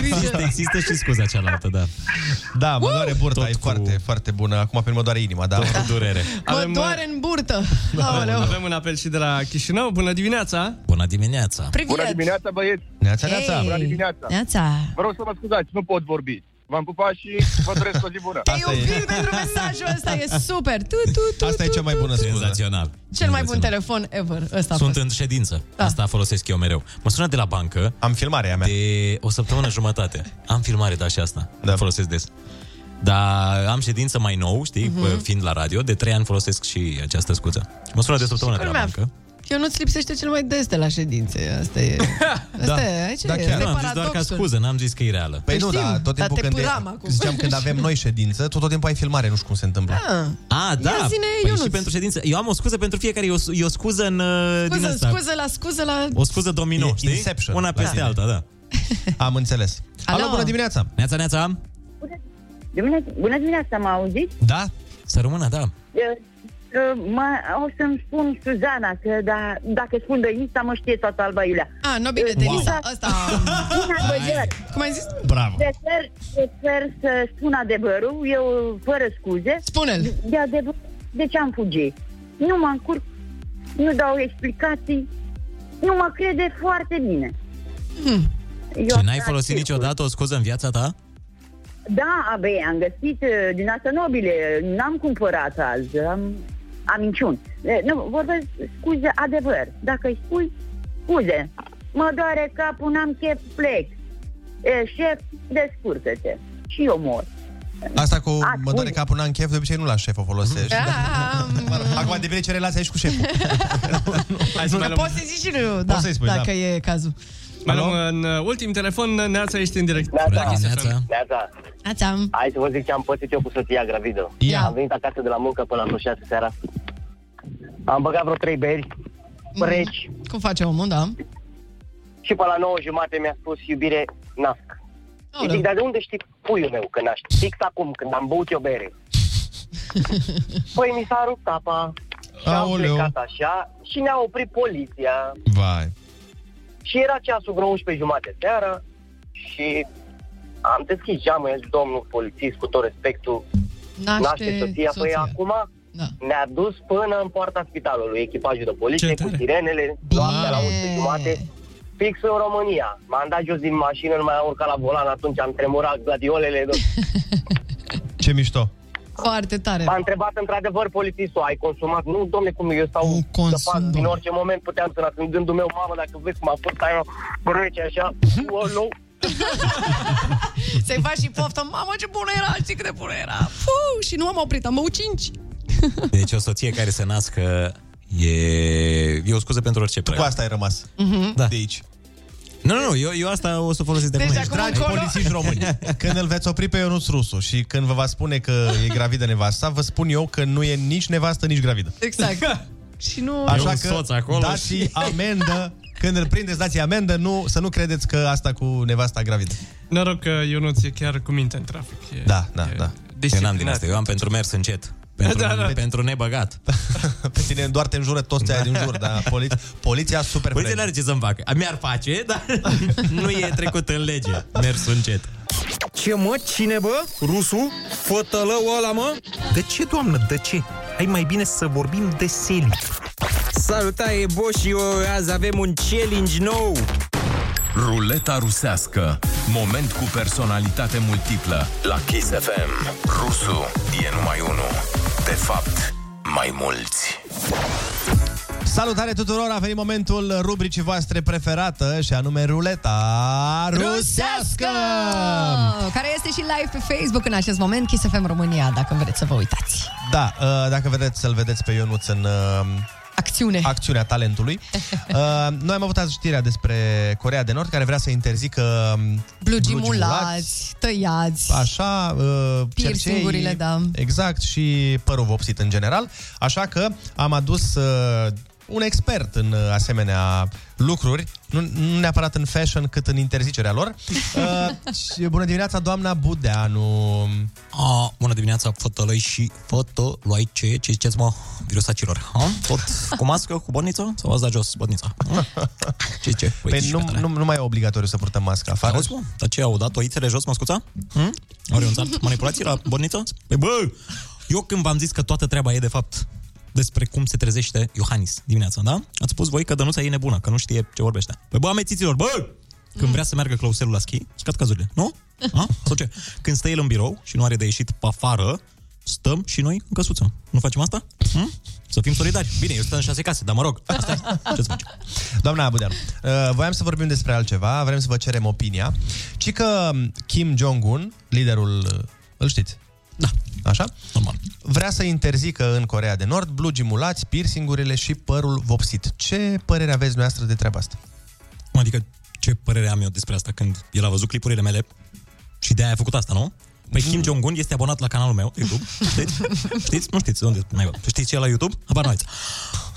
Există, există și scuza cealaltă, da. Uh,
Da, mă doare burta, e foarte, foarte bună. Acum pe mine mă doare inima, da. Tot
cu
[LAUGHS]
durere.
Mă doare în burtă.
Da,
Aoleu.
Avem un apel și de la Chișinău. Bună dimineața!
Bună dimineața!
Privet.
Bună
dimineața, băieți!
Neața,
Hei.
Bună dimineața!
Neața.
Vă rog să mă scuzați, nu pot vorbi. V-am pupat și vă doresc o zi bună.
Te iubim
[LAUGHS]
pentru mesajul ăsta, e super. Tu, tu, tu,
Asta e cea mai bună
scuză. Senzațional.
Cel mai bun telefon ever. Ăsta a
Sunt
fost. Da.
în ședință. Asta folosesc eu mereu. Mă sună de la bancă.
Am filmarea mea.
De o săptămână jumătate. Am filmare, da, și asta. Da. Folosesc des. Dar am ședință mai nou, știi,
Mhm.
uh-huh. fiind la radio, de trei ani folosesc și această scuță. mă sună de săptămână de la
culmea,
bancă.
Eu nu-ți lipsește cel mai des de la ședințe. Asta
[LAUGHS]
e. Asta e. Aici e.
Da. Nu, am zis doar ca
paradoxul.
scuză, n-am zis că e reală.
Da, Păi nu,
Știm,
da, tot
dar
timpul
te
când, e-
pâram acum.
ziceam, când avem noi ședință, tot, tot timpul ai filmare, nu știu cum se întâmplă.
Ah.
A, da.
Ia zine,
păi
Ionuț.
și pentru ședință. Eu am o scuză pentru fiecare. E o, e o scuză în, uh, din
Scuză,
asta.
scuză la scuză la...
O scuză domino,
E
știi?
Inception
Una
la
peste
tine.
alta, da.
[LAUGHS] Am înțeles.
Alo,
bună dimineața!
Neața, neața!
Bună, bună dimineața, mă auziți?
Da?
Să rămână, da.
Uh, uh, Mă, o să-mi spun Suzana, că da, dacă spun Denisa, mă știe toată alba Iulia.
Ah, no, bine, Denisa, asta...
Denisa, Băger.
Cum ai zis?
Bravo.
Prefer, prefer să spun adevărul, eu fără scuze.
Spune-l.
De adevăr, de ce am fugit? Nu mă încurc, nu dau explicații, nu mă crede foarte bine.
Hmm.
Eu
Și n-ai
am
folosit
dat
niciodată o scuză în viața ta?
Da, abe, am găsit eh, din asta nobile, n-am cumpărat azi, am, am minciun. Eh, Nu, vorbesc scuze adevăr. Dacă îi spui, scuze, mă doare capul, n-am chef, plec. E, șef, descurcă-te. Și eu mor.
Asta cu mă doare capul, n-am chef, de obicei nu la șef o folosești.
Da.
Acum depinde ce relație ai și cu șeful.
[LAUGHS] Hai să mai
Că
luăm,
poți să zici și nu, da,
Poți să-i spui,
dacă
da.
e cazul.
mai luăm în uh, ultim telefon. Neața, ești în direct.
Neața.
Neața.
Ața.
Hai să vă zic ce am pățit eu cu soția gravidă.
Ia.
Am venit acasă de la muncă până la 6 seara. Am băgat vreo trei beri,
Mm.
reci,
Cum face omul, da?
și până la 9 jumate mi-a spus, iubire, nasc. Și zic, dar de unde știi puiul meu că naști? Fix acum, când am băut eu bere. păi mi s-a rupt apa și am
Aoleu.
plecat așa și ne-a oprit poliția.
Vai.
Și era ceasul vreo 11 jumate seara și am deschis geamul, i-a zis, domnul polițist, cu tot respectul,
Naște
soția. Păi
soția. Da.
acum ne-a dus până în poarta spitalului, echipajul de poliție, cu sirenele, noaptea la 11 jumate, fix în România. M-am dat jos din mașină, nu mai am urcat la volan, atunci am tremurat gladiolele.
Ce mișto.
Foarte tare.
M-a întrebat într-adevăr polițistul, ai consumat? Nu, domne, cum eu stau să fac, din orice moment puteam să nasc. În gândul meu, mamă, dacă vezi cum a fost aia, brăce așa,
Mhm.
oh, o lou.
Să-i faci și poftă, mamă ce bună era, știi cât de bună era. Fu, și nu am oprit, am băut cinci.
Deci o soție care se nască e, e o scuză pentru orice preț. Tu cu asta
ai rămas.
Mhm.
Da.
De aici.
Nu, nu, nu, eu, eu asta o să o folosesc de
Deci
acum.
acum Dragi încolo- polițiști [LAUGHS] români. Când îl veți opri pe Ionuț Rusu și când vă va spune că e gravidă nevasta, vă spun eu că nu e nici nevastă, nici gravidă.
[LAUGHS] Exact. și nu...
Așa că dați și amendă când îl prindeți, dați amendă, nu, să nu credeți că asta cu nevasta gravidă.
Noroc că Ionuț e chiar cu minte în trafic. E,
Da, da, da.
Eu deci n-am din asta, eu am pentru mers încet. Pentru, da, da. pentru nebăgat.
[LAUGHS] Pe tine doar te înjură toți ți din jur, dar poliția, poliția super
Poliția nu are ce să-mi facă. Mi-ar face,
[LAUGHS]
dar nu e trecut în lege. Mers încet.
Ce mă? Cine bă? Rusu? Fătălău ăla mă? De ce, doamnă, de ce? Hai mai bine să vorbim de seli.
Salutare, boșii! Azi avem un challenge nou!
Ruleta rusească. Moment cu personalitate multiplă. La Kiss FM. Rusu e numai unul. De fapt, mai mulți.
Salutare tuturor, a venit momentul rubricii voastre preferată și anume ruleta rusească!
Care este și live pe Facebook în acest moment, Kiss FM România, dacă vreți să vă uitați.
Da, uh, dacă vedeți, să-l vedeți pe Ionuț în uh,
Acțiune.
acțiunea
[LAUGHS]
talentului. Uh, Noi am avut azi știrea despre Corea de Nord, care vrea să interzică um,
Blugi
blugii mulați,
mulați, tăiați.
Așa, uh,
Piercingurile,
cercei,
da.
Exact, și părul vopsit în general. Așa că am adus uh, un expert în uh, asemenea lucruri, nu, nu neapărat în fashion, cât în interzicerea
[LAUGHS]
lor. Uh, și bună dimineața, doamna Budeanu.
Um, A, bună dimineața, fotoloi și fotoloice. Ce ziceți, mă, virusacilor? Ha? Tot cu mască, cu botniță? Sau ați dat da jos
[LAUGHS]
botnița? Ha? Ce zice?
Păi nu, nu, nu mai e obligatoriu să purtăm masca afară. Hmm?
Auzi, mă? Dar ce au dat oițele jos, măscuța? Hm? Au renunțat manipulații la botniță? Păi bă, eu când v-am zis că toată treaba e de fapt despre cum se trezește Iohannis dimineața, da? Ați spus voi că Dănuța e nebună, că nu știe ce vorbește. Păi bă, amețiților, bă! Când vrea să meargă clăuselul la schi, scad cazurile, nu? A? Sau ce? Când stă el în birou și nu are de ieșit pe afară, stăm și noi în căsuță. Nu facem asta? Hm? Să fim solidari. Bine, eu stau în șase case, dar mă rog, asta e. Ce să faci?
Doamna Abudeanu, uh, voiam să vorbim despre altceva, vrem să vă cerem opinia. Ci că um, Kim Jong-un, liderul, uh, îl știți? Da. Așa? Normal. Vrea să interzică în Corea de Nord blugi mulați, piercingurile și părul vopsit. Ce părere aveți dumneavoastră de treaba asta?
Adică ce părere am eu despre asta când el a văzut clipurile mele și de-aia a făcut asta, nu? Păi Kim Jong-un este abonat la canalul meu, YouTube, știți? știți? Nu știți de unde mai vă. Știți ce e la YouTube? Habar n-aveți.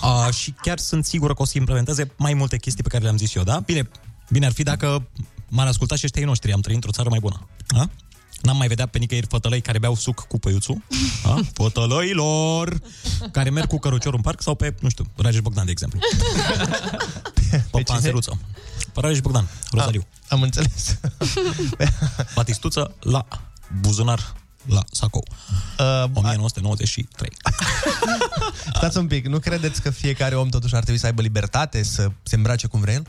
A, și chiar sunt sigură că o să implementeze mai multe chestii pe care le-am zis eu, da? Bine, bine ar fi dacă m-ar asculta și ăștia ei noștri, am trăit într-o țară mai bună. Da? N-am mai vedea pe nicăieri fătălăi care beau suc cu păiuțul, da? fătălăilor, care merg cu căruciorul în parc sau pe, nu știu, Rajeș Bogdan, de exemplu. pe panseluță. Pe Rajeș Bogdan, Rosariu.
am înțeles.
[LAUGHS] Batistuță la buzunar la sacou. Uh, 1993.
[LAUGHS] Stați un pic, nu credeți că fiecare om totuși ar trebui să aibă libertate să se îmbrace cum vrea el?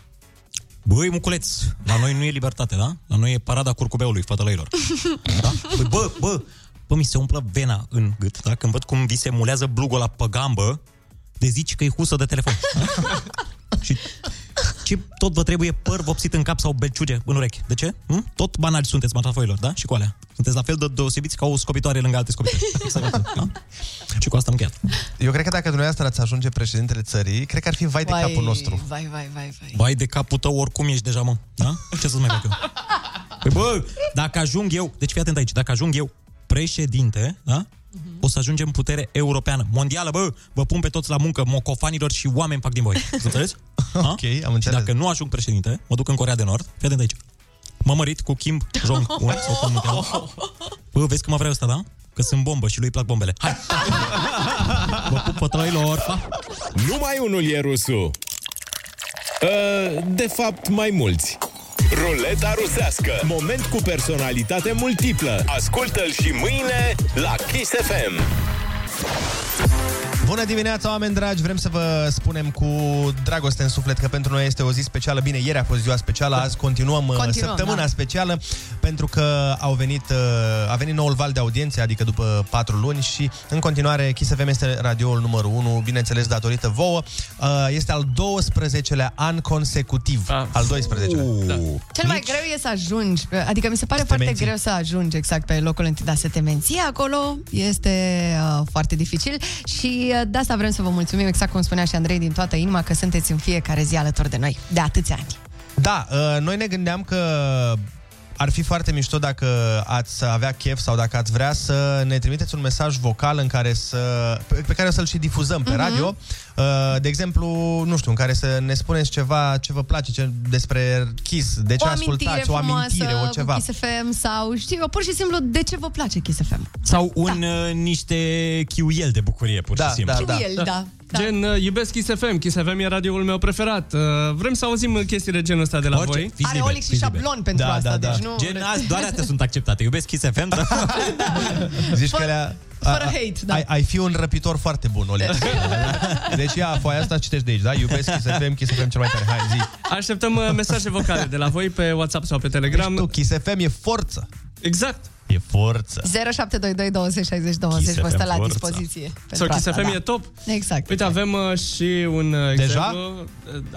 Băi, muculeț, la noi nu e libertate, da? La noi e parada curcubeului, fătălăilor. Da? Păi, bă, bă, bă, mi se umplă vena în gât, da? Când văd cum vi se mulează blugul la păgambă, de zici că e husă de telefon. [LAUGHS] Da? Și ce tot vă trebuie păr vopsit în cap sau belciuge în urechi. De ce? Hm? Tot banali sunteți, matafoilor, da? Și cu alea. Sunteți la fel de deosebiți ca o scobitoare lângă alte
[LAUGHS]
scobitori. Exact, da? Și cu asta am încheiat.
Eu cred că dacă dumneavoastră ați ajunge președintele țării, cred că ar fi vai de
Vai,
capul nostru.
Vai, vai, vai, vai.
Bai de capul tău, oricum ești deja, mă. Da? Ce să-ți mai fac eu? Păi bă, dacă ajung eu, deci fii atent aici, dacă ajung eu președinte, da? O să ajungem putere europeană, mondială, bă, vă pun pe toți la muncă, mocofanilor și oameni fac din voi. Ați înțeles? [LAUGHS] ok, am înțeles. Și dacă nu ajung președinte, mă duc în Corea de Nord, fii atent aici. M-am mărit cu Kim [LAUGHS] Jong-un sau cum îl cheamă. Bă, vezi că mă vrea ăsta, da? Că sunt bombă și lui îi plac bombele. [LAUGHS] Hai! Vă pup pe trăilor! Pa!
Numai unul e rusul. Uh, De fapt, mai mulți. Ruleta rusească. Moment cu personalitate multiplă. Ascultă-l și mâine la Kiss FM.
Bună dimineața, oameni dragi! Vrem să vă spunem cu dragoste în suflet că pentru noi este o zi specială. Bine, ieri a fost ziua specială, azi continuăm, uh,
Continuăm,
săptămâna
da.
specială, pentru că au venit, uh, a venit noul val de audiențe, adică după 4 luni și în continuare Kiss FM este radioul numărul 1, bineînțeles datorită vouă. Uh, Este al 12-lea an consecutiv. Al 12-lea.
Cel mai greu e să ajungi, pe- adică mi se pare foarte
menții.
greu să ajungi exact pe locul întâi, dar să te menții acolo este uh, foarte dificil și uh, de asta vrem să vă mulțumim, exact cum spunea și Andrei din toată inima, că sunteți în fiecare zi alături de noi, de atâția ani.
Da, uh, noi ne gândeam că ar fi foarte mișto dacă ați avea chef sau dacă ați vrea să ne trimiteți un mesaj vocal în care să, pe pe care o să-l și difuzăm pe
Mhm.
radio. Uh, De exemplu, nu știu, în care să ne spuneți ceva ce vă place ce, despre Kiss, de ce Deci ascultați, o amintire,
frumoasă
o ceva.
cu Kiss FM sau știu, pur și simplu de ce vă place Kiss FM.
Sau un da. niște chiuiel de bucurie, pur
Da,
și simplu.
da, da. Chiuiel, da. Gen, uh, iubesc Kiss FM. Kiss FM e radioul meu preferat. Uh, Vrem să auzim uh, chestii de genul ăsta de la voi.
fiți Are liber, Olic și fiți liber. șablon
pentru deci
Da, da, da. Nu... Gen, azi,
[LAUGHS]
doar astea sunt acceptate. Iubesc Kiss FM, dar...
[LAUGHS] Zici că le-a...
fără
a- a-
hate, da.
ai, ai fi un răpitor foarte bun, Oleg. [LAUGHS] Deci ia foaia asta, citești de aici, da? Iubesc Kiss FM, Kiss FM cel mai tare. Hai, zi.
Așteptăm uh, mesaje vocale de la voi pe WhatsApp sau pe Telegram.
Deci Tu, Kiss FM e forță.
Exact.
E forță.
0722 20 60 20 vă
Kiss
stă
FM
la
forța.
dispoziție.
Sau
pentru
Kiss
asta,
FM
da.
e top.
Exact.
Uite, avem uh, și un uh,
Deja?
exemplu.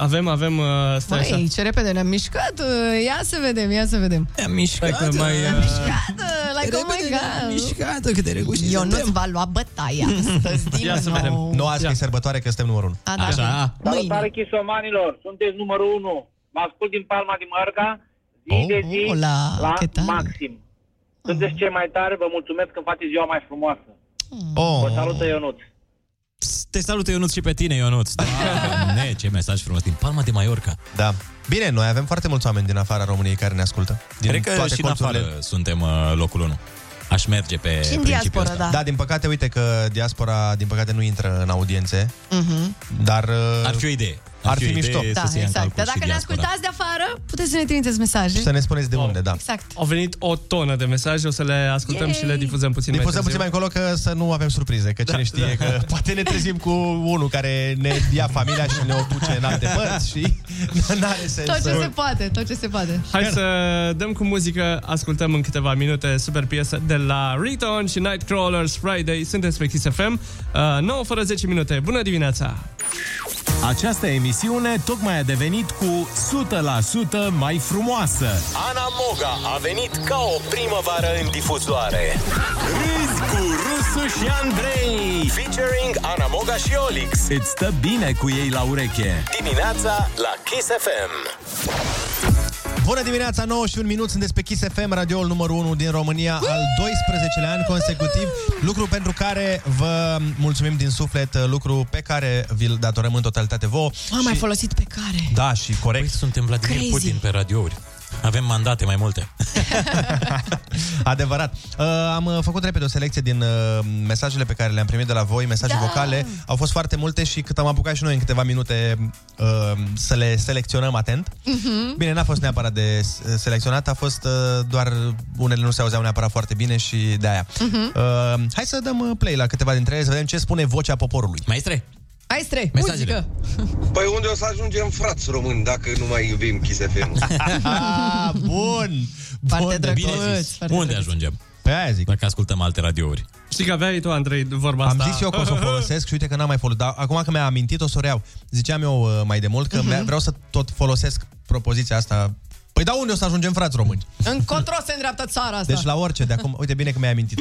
Avem, avem, uh, stai așa.
Măi, ce repede ne-am mișcat. uh, Ia să vedem, ia să vedem.
Am mișcat. Că mai, uh,
Uh, Like, oh my God.
mișcată, cât de
regușit Eu nu-ți va lua bătaia astăzi din nou.
Nu azi că e sărbătoare, că suntem numărul 1.
A, da. Așa.
Salutare chisomanilor, sunteți numărul 1. Mă ascult din Palma din Mărca, zi oh, de zi,
hola,
la
ce tare.
maxim. Sunteți cei mai tare, vă mulțumesc că îmi faceți ziua mai frumoasă.
Oh.
Vă salută Ionut.
Te salută Ionuț și pe tine, Ionuț. Da. ne, ce mesaj frumos din Palma de Mallorca.
Da. Bine, noi avem foarte mulți oameni din afara României care ne ascultă. Din
Cred că
toate
și în
colțurile.
afară suntem uh, locul 1. Aș merge pe
Și în
principiul
diaspora,
ăsta.
da.
Da, din păcate, uite că diaspora, din păcate, nu intră în audiențe,
Mhm.
dar... uh,
Ar fi o idee.
Ar, fi, mișto.
Da, exact. Dar dacă ne ascultați de afară, puteți să ne trimiteți mesaje.
Să
ne spuneți de unde, da.
Exact.
Oh. Au venit o tonă de mesaje, o să le ascultăm și le difuzăm puțin
Difuzăm
mai
puțin mai încolo că să nu avem surprize, că cine știe
da.
[LAUGHS]
că poate ne trezim cu unul care ne ia familia și ne o duce în alte părți și [LAUGHS] n-are sens.
Tot ce
să-
se poate, tot ce se poate.
Hai să dăm cu muzică, ascultăm în câteva minute super piesă de la Riton și Nightcrawlers Friday. Sunteți pe Kiss FM, uh, 9 fără 10 minute. Bună
[LAUGHS]
dimineața!
Această emisiune tocmai a devenit cu 100% mai frumoasă.
Ana Moga a venit ca o primăvară în difuzoare.
Râzi cu Rusu și Andrei.
Featuring Ana Moga și Olix.
Îți stă bine cu ei la ureche.
Dimineața la Kiss FM.
Bună dimineața, 9 și 1 minut, sunteți pe Kiss FM, radioul numărul 1 din România, al 12-lea an consecutiv, lucru pentru care vă mulțumim din suflet, lucru pe care vi-l datorăm în totalitate vouă.
Am mai folosit pe care?
Da, și corect. Păi
suntem Vladimir
Crazy.
Putin pe radiouri. Avem mandate mai multe.
[LAUGHS] Adevărat. Uh, am uh, făcut repede o selecție din uh, mesajele pe care le-am primit de la voi, mesaje da. vocale. Au fost foarte multe și cât am apucat și noi în câteva minute uh, să le selecționăm atent.
Mm-hmm.
Mhm.
Bine, n-a fost neapărat de uh, selecționat, a fost uh, doar unele nu se auzeau neapărat foarte bine și de aia.
Mhm.
Uh, hai să dăm uh, play la câteva dintre ele, să vedem ce spune vocea poporului.
Maestre!
Hai, trei,
Mesajele.
muzică!
Păi unde o să ajungem frați români dacă nu mai iubim Kiss
[LAUGHS]
FM?
Ah,
Bun!
[LAUGHS] Foarte
Bun, bine
drăguț!
zis.
foarte
Unde
drăguț.
ajungem?
Pe aia zic.
Dacă ascultăm alte radiouri.
Știi că aveai tu, Andrei, vorba
Am
asta.
zis eu că o să o folosesc și uite că n-am mai folosit. Dar acum că mi-a amintit, o să o reiau. Ziceam eu uh, mai de mult că uh-huh. vreau să tot folosesc propoziția asta. Păi da, unde o să ajungem, frați români?
Încotro se îndreaptă țara asta.
Deci la orice de acum. Uite, bine că mi-ai [LAUGHS] amintit.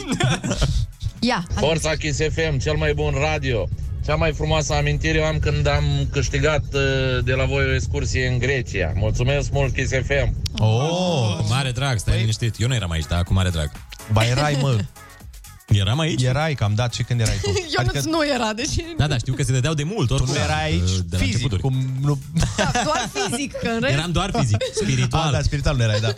Ia, hai.
Forța Kiss FM, cel mai bun radio. Cea mai frumoasă amintire o am când am câștigat uh, de la voi o excursie în Grecia. Mulțumesc mult, Kiss FM.
Oh,
cu mare drag, stai liniștit. Eu nu eram aici, dar cu mare drag.
Ba erai, mă.
Eram aici?
Erai, că am dat și când erai tu.
[LAUGHS] [LAUGHS] Ionuț nu era, deci...
Da, da, știu că se dădeau de mult, oricum. Da,
nu erai aici
de la
fizic,
începuturi.
cum nu...
Da, doar fizic, că în rest...
Eram doar
[LAUGHS]
fizic, spiritual.
Ah, da, spiritual nu erai, da.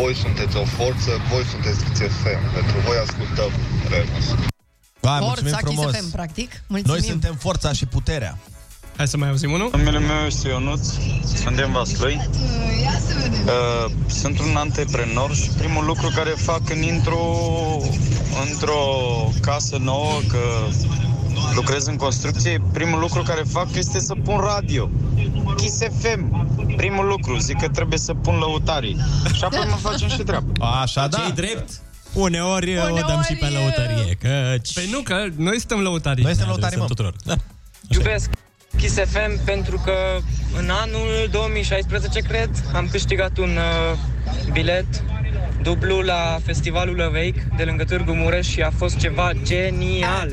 Voi sunteți o forță, voi sunteți Kiss FM. Pentru voi ascultăm Remus.
Ba, mulțumim
Forța
frumos.
Kiss FM, practic. Mulțumim.
Noi suntem forța și puterea.
Hai să mai auzim unul.
Numele meu este Ionuț, sunt din Vaslui.
Ia să vedem.
Uh, Sunt un antreprenor și primul lucru care fac când intru într-o casă nouă, că lucrez în construcție, primul lucru care fac este să pun radio. Kiss FM, primul lucru, zic că trebuie să pun lăutarii. Și apoi mă facem și treabă.
Așa, da.
ce drept? Uneori, Uneori o dăm și pe
uh,
e-
lăutărie, căci...
Păi nu, că noi suntem lăutari.
Noi suntem
lăutari, mă. tuturor. Da.
Iubesc Kiss FM pentru că în anul 2016, cred, am câștigat un uh, bilet dublu la festivalul Aveic de lângă Târgu Mureș și a fost ceva genial.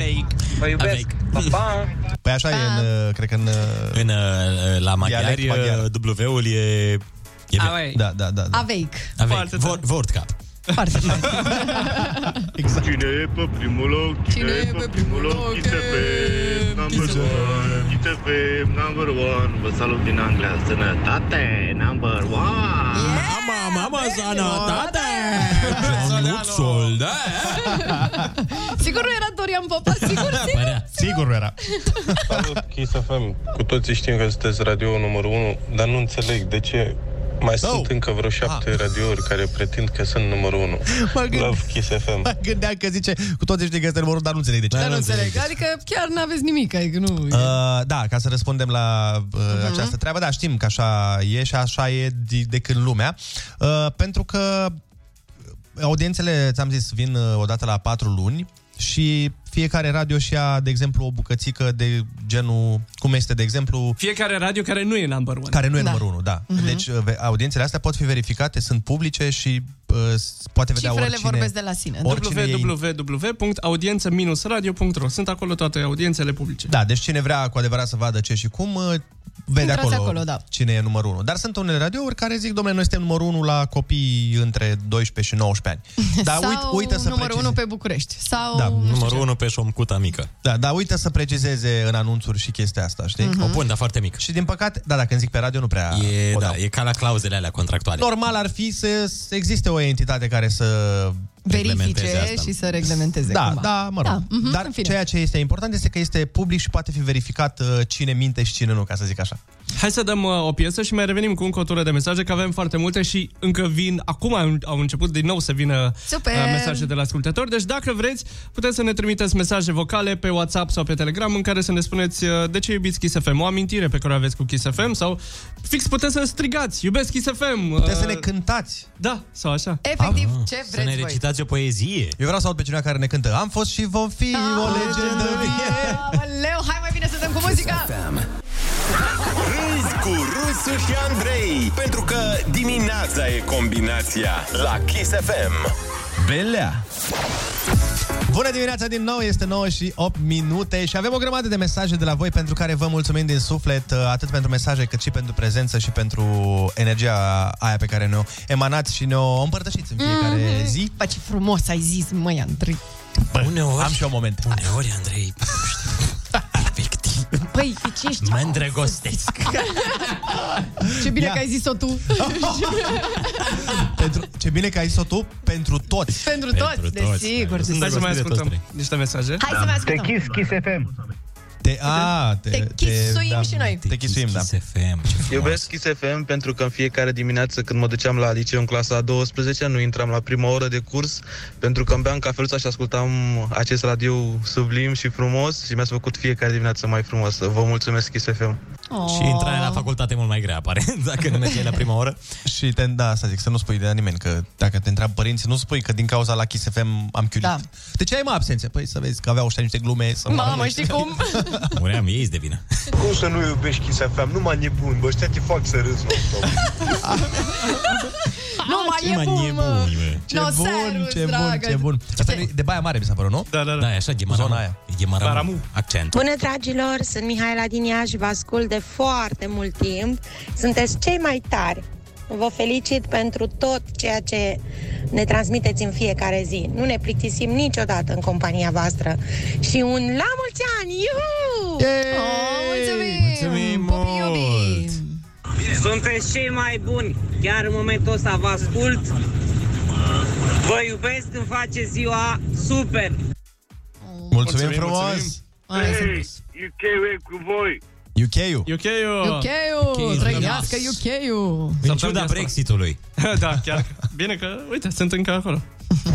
Vă iubesc. Pa, pa!
Păi așa e, în, uh, cred că în... uh,
În, uh, la
Dialect
maghiari,
maghiar.
uh, W-ul e... e
Ah, uai.
Da, da, da. da.
[LAUGHS] Aveic.
Avec, vor, vodka.
Foarte fain.
Exact.
Cine e pe primul loc? Cine, e pe primul loc? ITP, number one, ITP, number one. Vă salut din Anglia, sănătate, number one.
Mama, mama, sănătate! John Luxol, da?
Sigur nu era Dorian Popa, sigur, [LAUGHS] sigur.
Sigur nu era.
Salut, Kiss FM. Cu toții știm că sunteți radio numărul 1, dar nu înțeleg de ce mai
Oh.
sunt încă vreo șapte radiouri care pretind că sunt numărul 1.
Mă gând-
Love Kiss FM.
[LAUGHS] Mă gândeam că zice, cu toți știi că este numărul, dar nu înțeleg de ce.
Dar nu înțeleg. Adică chiar n-aveți nimic, adică nu...
Uh, da, ca să răspundem la uh,
Mhm.
uh-huh. această treabă, da, știm că așa e și așa e de, de când lumea, uh, pentru că audiențele, ți-am zis, vin uh, odată la patru luni și fiecare radio și ia, de exemplu, o bucățică de genul, cum este, de exemplu,
[LAUGHS] Fiecare radio care nu e number one.
care nu e da. numărul 1, da. Uh-huh. Deci uh, ve- audiențele astea pot fi verificate, sunt publice și uh, s- poate vedea
Cifrele
oricine.
vorbesc de la sine.
oricine e in-
www.audiență-radio.ro Sunt acolo toate audiențele publice.
Da, deci cine vrea cu adevărat să vadă ce și cum, uh, vede
Intrați
acolo,
acolo, da.
cine e numărul 1. Dar sunt unele radiouri care zic, domnule, noi suntem numărul 1 la copii între 12 și 19
[LAUGHS]
ani. Dar
sau
uit, uită să
numărul
precizeze.
1 pe București. Sau...
Da,
nu știu ce.
1 pe șomcuta mică. Da, dar uită să precizeze în anunțuri și chestia asta, știi?
Mhm. O pun,
dar foarte mică. Și din păcate, da, dacă îmi zic pe radio, nu prea
E,
o
da,
dau.
e ca la clauzele alea contractuale.
Normal ar fi să, să existe o entitate care să reglementeze
Verifice
asta.
și să reglementeze
Da,
cumva.
da, mă rog.
Da, mhm,
Dar
în fine.
ceea ce este important este că este public și poate fi verificat uh, cine minte și cine nu, ca să zic așa.
Hai să dăm uh, o piesă și mai revenim cu încă o tură de mesaje, că avem foarte multe și încă vin, acum au- au început din nou să vină
Super!
uh, mesaje de la ascultători. Deci dacă vreți, puteți să ne trimiteți mesaje vocale pe WhatsApp sau pe Telegram în care să ne spuneți uh, de ce iubiți Kiss FM, o amintire pe care o aveți cu Kiss FM sau fix puteți să strigați, iubesc Kiss FM.
Puteți să ne cântați. Ah,
Da, sau așa.
Efectiv, ce vreți voi.
recitați o poezie. Eu vreau să aud pe cineva care ne cântă Am fost și vom fi
Da.
o legendă vie.
Leu, hai mai bine să dăm cu muzica!
Râzi cu Rusu și Andrei Pentru că dimineața e combinația La Kiss FM
Belea! Bună dimineața din nou, este 9 și 8 minute și avem o grămadă de mesaje de la voi pentru care vă mulțumim din suflet, atât pentru mesaje cât și pentru prezență și pentru energia aia pe care ne-o emanați și ne-o împărtășiți în fiecare
Mhm.
zi.
Ba, ce frumos ai zis, măi, Andrei.
Bă, uneori, am și eu moment. Uneori, Andrei,
Păi, pe ce ești?
Mă îndrăgostesc.
[LAUGHS]
Ce bine
Ia.
că ai zis-o
[LAUGHS]
tu.
pentru, ce bine că ai zis-o tu, pentru toți.
Pentru Pentru toți, toți, desigur, da. desigur.
Hai să mai ascultăm niște mesaje.
Hai să mai ascultăm. Te chis,
Kiss FM.
Te, a, te,
Te chisuim
da,
și noi. deci.
Te chisuim, da.
Iubesc Kiss FM pentru că în fiecare dimineață când mă duceam la liceu în clasa a 12 nu intram la prima oră de curs pentru că îmi beam cafeluța și ascultam acest radio sublim și frumos și mi-ați făcut fiecare dimineață mai frumoasă. Vă mulțumesc Kiss FM.
Oh.
Și intrarea la facultate e mult mai grea, aparent, [LAUGHS] dacă nu mergeai la prima oră.
Și te, da, asta zic, să nu spui de la nimeni, că dacă te întreabă părinții, nu spui că din cauza la Kiss FM am chiulit. Da. De ce ai mă absențe? Păi să vezi că aveau ăștia niște glume. Să
Mamă, știi
[LAUGHS]
cum?
Muream, ei de
[LAUGHS]
vină.
Cum să nu iubești Kiss FM? Nu mai nebun, bă, ăștia te fac să râzi, mă, stop.
nu mai e bun, mă.
Ce
No,
bun,
serios,
ce bun,
dragă.
ce bun. Asta e de Baia Mare, mi s-a părut, nu?
Da, da,
da. Da, e așa, Ghemaramu. Zona aia. Ghemaramu. Accent.
Bună, dragilor! Sunt Mihaela din Iași, vă ascult de foarte mult timp. Sunteți cei mai tari. Vă felicit pentru tot ceea ce ne transmiteți în fiecare zi. Nu ne plictisim niciodată în compania voastră. Și un la mulți ani! Iuhu!
Mulțumim mult!
Sunteți cei mai buni. Chiar în momentul ăsta vă ascult. Vă iubesc când faceți ziua super.
Mulțumim frumos!
Ei, UK cu voi!
UK-ul.
UK-ul.
UK-ul, trăiască UK-ul.
În ciuda Brexitului.
[LAUGHS] da, chiar. Bine că, uite, sunt încă acolo.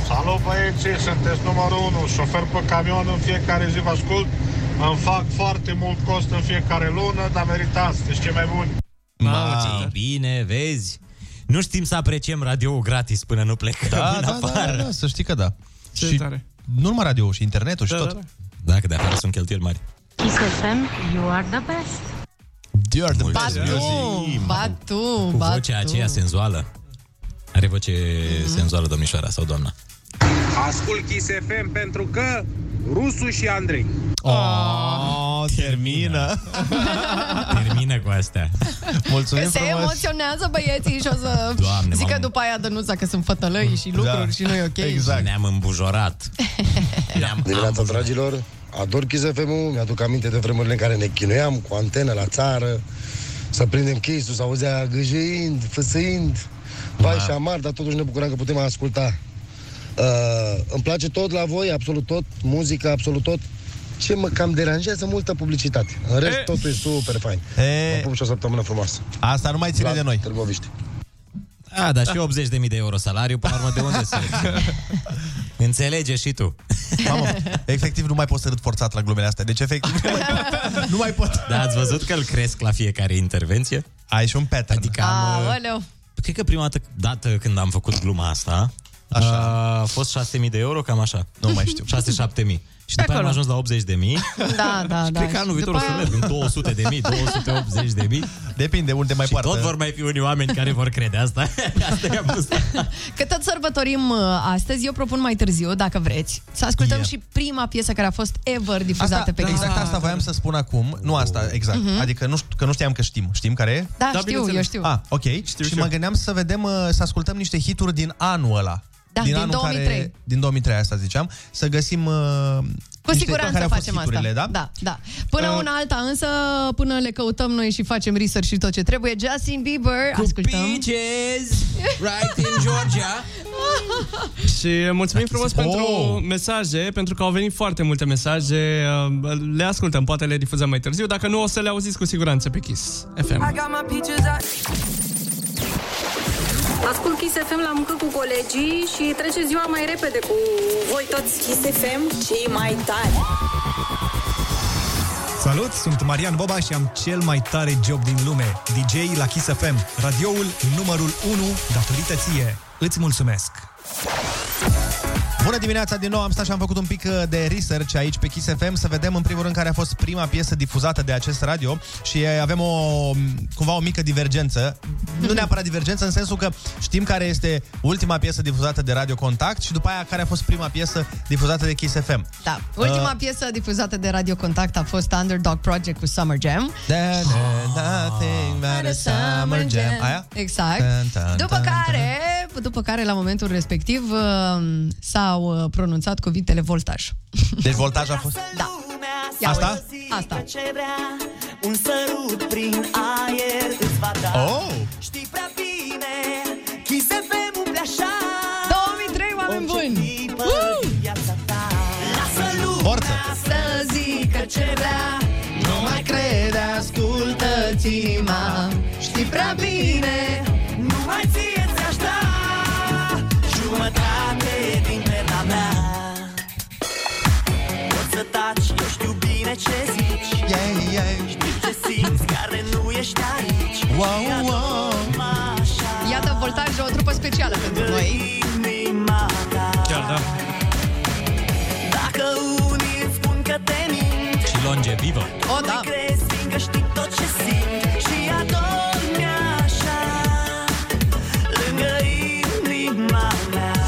Salut băieții, sunteți numărul 1, șofer pe camion în fiecare zi vă ascult, îmi fac foarte mult cost în fiecare lună, dar meritați, sunteți cei mai buni.
Mamă, bine, vezi? Nu știm să apreciem radio gratis până nu plecăm
Da,
în
da, da,
afară.
da, da, să știi că da.
Ce
și
tare.
Nu numai radio, și internetul și
Da,
tot.
da, Dacă de afară sunt cheltuieli mari.
Kiss FM, you are the best!
You are the
Ba tu, ba tu,
Cu
ba
vocea aceea
tu.
senzuală. Are voce
Mm.
senzuală domnișoara sau doamna.
Ascult Kiss FM pentru că Rusu și Andrei.
Oh, termină. Ah.
Termină cu astea.
Mulțumim
Că se emoționează băieții și o
[LAUGHS]
să
Doamne,
zică
mamă.
după aia Dănuța că sunt fătălăi
Da.
și lucruri Ah, și nu e ok.
Exact. Ne-am
[LAUGHS]
îmbujorat.
Dimineața, dragilor, ador Kiss FM-ul, mi-aduc aminte de vremurile în care ne chinuiam cu antenă la țară, să prindem cheisul, să auzea gâjâind, fâsâind,
Da.
vai și amar, dar totuși ne bucuram că putem asculta. Uh, îmi place tot la voi, absolut tot, muzica, absolut tot. Ce mă cam deranjează multă publicitate. În rest,
Eh.
E.
totul e super fain.
E.
Vă pup și o săptămână frumoasă.
Asta nu mai ține
Vlad
de noi.
Târgoviște.
A, dar și 80.000 de euro salariu, până la urmă, de unde
[LAUGHS]
să... Înțelege și tu.
Mamă, efectiv nu mai pot să râd forțat la glumele astea. Deci
[LAUGHS]
efectiv nu mai pot. [LAUGHS] Nu mai pot.
Dar Da, ați văzut că îl cresc la fiecare intervenție?
Ai și un pattern.
Adică am, uh,
Aoleu.
cred că prima dată, dată când am uh, făcut gluma asta, așa. a fost 6.000 de euro, cam așa.
Nu mai știu.
6-7.000. Și după aia am
acolo.
ajuns la 80 de mii.
Da, da,
și
da.
Cred că anul
Și
viitor o
după
să
aia-
merg în 200 de mii, 280 de mii.
Depinde unde mai
și poartă. tot vor mai fi unii oameni care vor crede asta. [LAUGHS] asta e
Că tot sărbătorim uh, astăzi, eu propun mai târziu, dacă vreți, să ascultăm yeah. și prima piesă care a fost ever difuzată
Asta,
pe
exact asta voiam să spun acum. Nu asta, exact.
Mhm.
Adică nu știu, că nu știam că știm. Știm care e?
Da, Da, știu, bineînțeles. eu știu.
Ah, ok. Știu și
și eu.
mă gândeam să vedem, uh, să ascultăm niște hituri din anul ăla.
Da, din
anul
2003.
Care, din 2003, asta ziceam. Să găsim uh,
Cu
niște
siguranță
care au fost
facem asta.
hiturile, da?
da, da. Până
Uh,
uh, una alta, însă, până le căutăm noi și facem research și tot ce trebuie, Justin Bieber, cu ascultăm.
Peaches, [LAUGHS] right in Georgia.
Și uh, mulțumim frumos pentru
oh!
mesaje, pentru că au venit foarte multe mesaje. uh, Le ascultăm, poate le difuzăm mai târziu. Dacă nu, o să le auziți cu siguranță pe Kiss FM.
I got my peaches out. Ascult Kiss FM la muncă cu colegii și trece ziua mai repede cu voi toți Kiss FM cei mai tari.
Salut, sunt Marian Boba și am cel mai tare job din lume, DJ la Kiss FM, radioul numărul 1 datorită ție. Îți mulțumesc!
Bună dimineața din nou, am stat și am făcut un pic uh, de research aici pe Kiss FM Să vedem în primul rând care a fost prima piesă difuzată de acest radio Și uh, avem o, cumva o mică divergență Nu neapărat divergență, în sensul că știm care este ultima piesă difuzată de Radio Contact Și după aia care a fost prima piesă difuzată de Kiss FM
Da. Ultima
Uh,
piesă difuzată de Radio Contact a fost Underdog Project cu Summer Jam.
Da, da, nothing but a summer jam. Aia?
Exact.
Tan, tan,
După
tan,
care, după care, la momentul respectiv, uh, s-au uh, pronunțat cuvintele voltaj.
Deci voltajul a fost...
Da.
Ia Asta?
Asta.
Un sărut prin aer îți va da
Oh!
Știi prea bine Kiss FM umple așa
2003, oameni buni!
Forță!
Să zică ce vrea Nu mai crede, ascultă-ți inima Știi prea bine
Nu mai ție ți-aș da Jumătate din perna mea Poți să taci, eu știu bine ce zici
yeah, yeah.
Știi ce simți, care nu ești aici
Wow, wow
Iată, voltaj o trupă specială pentru noi
Inima ta
Chiar da.
Dacă unii îți spun că te mint
Și longevivă.
O, da. crezi, fiindcă știi tot ce simt Și adormi așa Lângă inima mea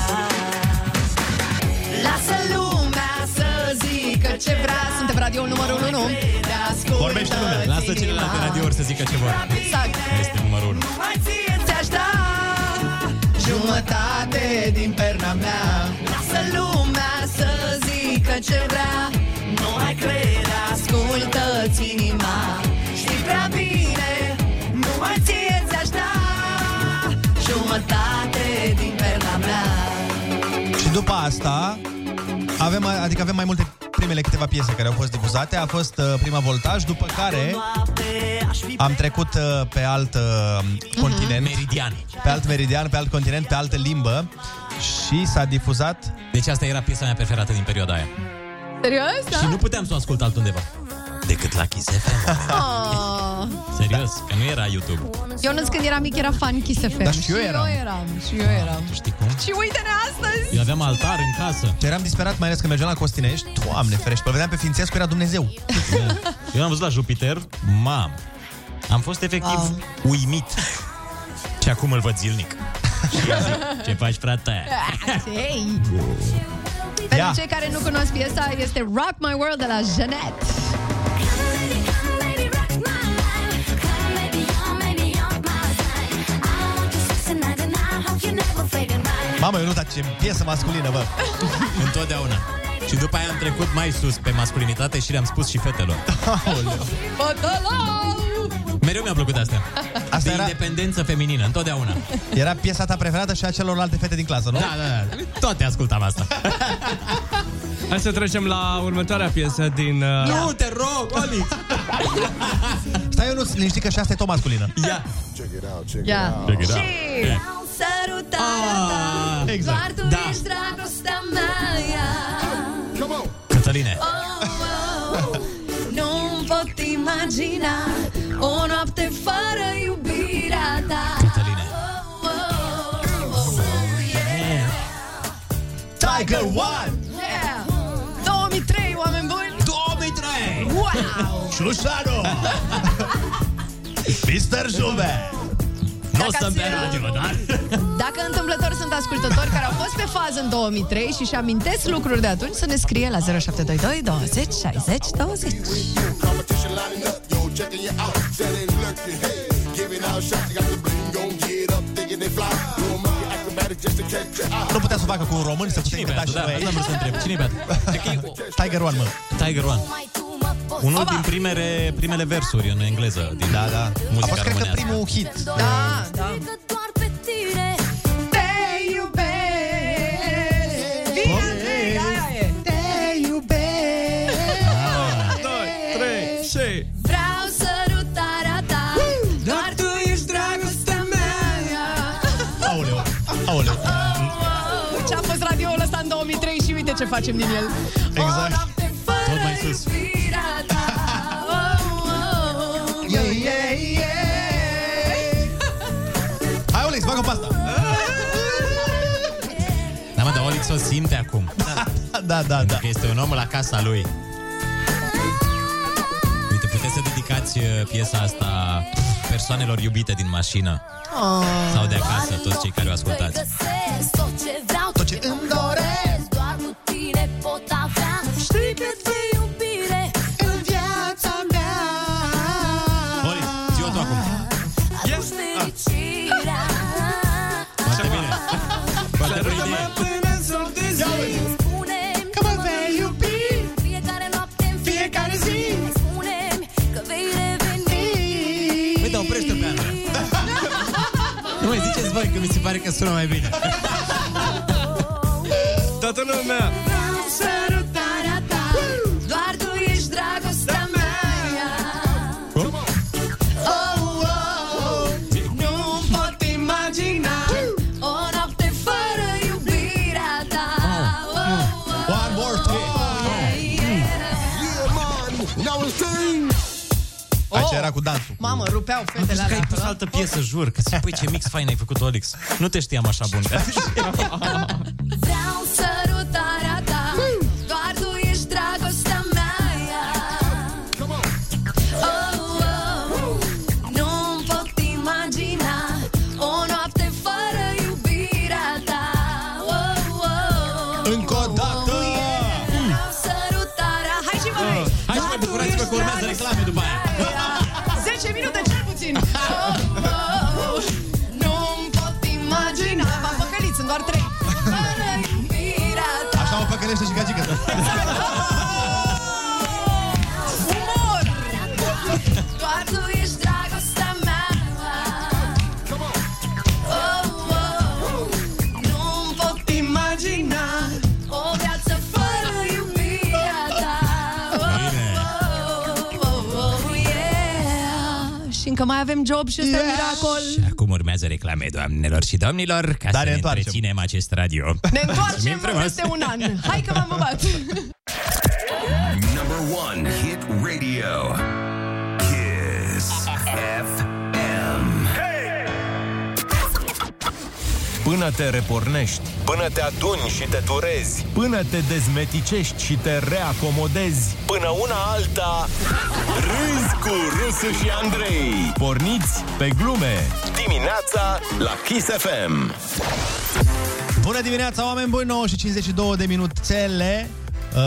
Lasă lumea să zică ce vrea Suntem radio numărul 1 Te ascultă
Vorbește lumea. Lasă celelalte
Da.
radiouri să zică ce vor.
Exact
Este numărul 1.
Mai ție
ți-aș da Jumătate din perna mea Lasă lumea să zică ce vrea
Nu mai crede,
Ascultă-ți inima
Știi prea bine Nu mai ție ți-aș da Jumătate din perna mea
Și după asta avem, adică avem mai multe primele câteva piese care au fost difuzate. A fost uh, prima voltaj, după care am trecut uh, pe alt uh, continent.
Meridian.
Pe alt meridian, pe alt continent, pe altă limbă. Și s-a difuzat...
Deci asta era piesa mea preferată din perioada aia.
Serios, [LAUGHS] Ah. da?
Și nu puteam să o ascult altundeva. Decât la Kiss FM.
Oh.
Serios, că nu era YouTube.
Eu nu când eram mic era fan Kiss FM
Dar și eu eram.
eu eram, și eu eram.
Știi cum?
Și uite-ne astăzi
Eu aveam altar în casă.
Eram disperat, mai ales că mergeam la Costinești. Doamne ferește, îl vedeam pe Fințescu, era Dumnezeu.
Da. Eu am văzut la Jupiter, mam. Am fost efectiv wow. uimit. Și acum îl văd zilnic. Și eu zic, ce faci, frate?
Ei. Pentru cei care nu cunosc piesa Este Rock My World de la Jeanette
Mamă, eu nu, dar ce piesă masculină, bă.
Întotdeauna. Și după aia am trecut mai sus pe masculinitate și le-am spus și fetelor. Mereu mi-a plăcut asta. Asta de era... independență feminină, întotdeauna.
Era piesa ta preferată și a celorlalte fete din clasă, nu?
Da, da, da. Toate ascultam asta.
[LAUGHS] Hai să trecem la următoarea piesă din... Uh...
Nu, te rog, Oli!
Stai, eu nu liniștit că și asta e tot masculină.
Ia.
Ia.
Check it out.
Și Ah,
Yeah.
sărutarea ta
exact.
Doar tu
Da.
ești dragostea mea Come on.
Cătăline.
Oh, oh, Nu-mi pot imagina O noapte fără iubirea ta
Cătăline.
Oh, oh, oh, oh, yeah.
Tiger One
Yeah. 2003,
Șușanu!
[LAUGHS]
Mr. Juve! Nu
Dacă
sunt pe
ați-
radio,
[LAUGHS]
dar...
Dacă întâmplător sunt ascultători care au fost pe fază în 2003 și își amintesc lucruri de atunci, să ne scrie la 0722 20 60 20.
Competition lining up, yo, checking you out. That ain't looking, hey. Giving out shots, you got the bling, gon' get up, thinking they fly. Little monkey acrobatic just to catch you out.
Nu putea să o facă cu un român, să putem cânta
beat?
și
Da,
noi.
asta am vrut să întreb. Cine-i beat?
Tiger One, mă.
Tiger One. Unul din primele, primele versuri în engleză. Din da, da. Muzica
A fost, cred că,
românească.
primul hit.
Da, da.
Te iubesc Vino, Andrei, aia e. Te iubesc
Și...
Vreau sărutarea ta Doar tu ești dragostea mea
Aoleu, aoleu.
Ce-a fost radioul ăsta în 2003 și uite ce facem din el.
Exact.
Tot mai sus.
Oh, Yeah, yeah, yeah
Hai, Olex, bagă pe asta.
Da, mă, dar Olix o simte acum.
[LAUGHS] Da, da, da.
Pentru că este un om la casa lui. Uite, puteți să dedicați uh, piesa asta persoanelor iubite din mașină sau de acasă, toți cei care o ascultați.
Găsesc tot ce vreau, tot ce îmi doresc Doar cu tine pot avea Știi cât de iubire în viața mea
Olix, ți-o tu acum.
Yes! Fericirea
Foarte bine. Foarte bună idee.
Spune-mi că mă vei iubi Fiecare noapte, în fiecare zi Spune-mi că vei reveni
Păi, dar oprește
[LAUGHS]
pe Ana. Nu mai ziceți [LAUGHS] voi că mi se pare că sună mai bine.
Toată lumea!
Vreau sărutarea ta Doar tu ești dragostea mea Oh, oh, oh Nu-mi pot imagina O noapte fără iubirea ta Oh, oh,
One more time!
oh,
yeah
man! Now it's sing!
Aici era cu dansul.
Mamă, rupeau
Am
fetele
crezut că
alea.
ai pus altă piesă, jur, că zic, păi ce mix fain ai făcut, Olix. Nu te știam așa bun. Că...
[LAUGHS]
Vreau sărutarea ta Doar tu ești dragostea mea oh, oh, Nu-mi pot imagina O noapte fără iubirea ta oh, oh,
Încă o dată!
Vreau sărutarea Hai și voi!
Hai și mai bucurați-vă că urmează reclame după aia.
Da.
10 minute cel puțin. Oh, oh, oh. Nu-mi pot imagina. V-am păcălit, sunt doar 3.
Fără iubirea ta
Așa mă păcălește și gagică.
Umor! Doar tu ești dragostea mea Oh, oh, nu-mi pot imagina O viață fără iubirea ta Oh, oh, oh, oh, yeah
Și încă mai avem job și ăsta e miracol.
Acum urmează reclame, doamnelor și domnilor, ca
Dar
să
ne
ne
întoarcem.
întreținem acest radio.
Ne
Mulțumim
întoarcem
frumos.
peste un an. Hai că m-am băbat.
Number one hit radio. Kiss FM.
Până te repornești Până te aduni și te turezi
Până te dezmeticești și te reacomodezi.
Până una alta Râzi cu Rusu și Andrei
Porniți pe glume.
Dimineața la Kiss FM
Bună dimineața, oameni buni, 9 și 52 de minuțele. Uh,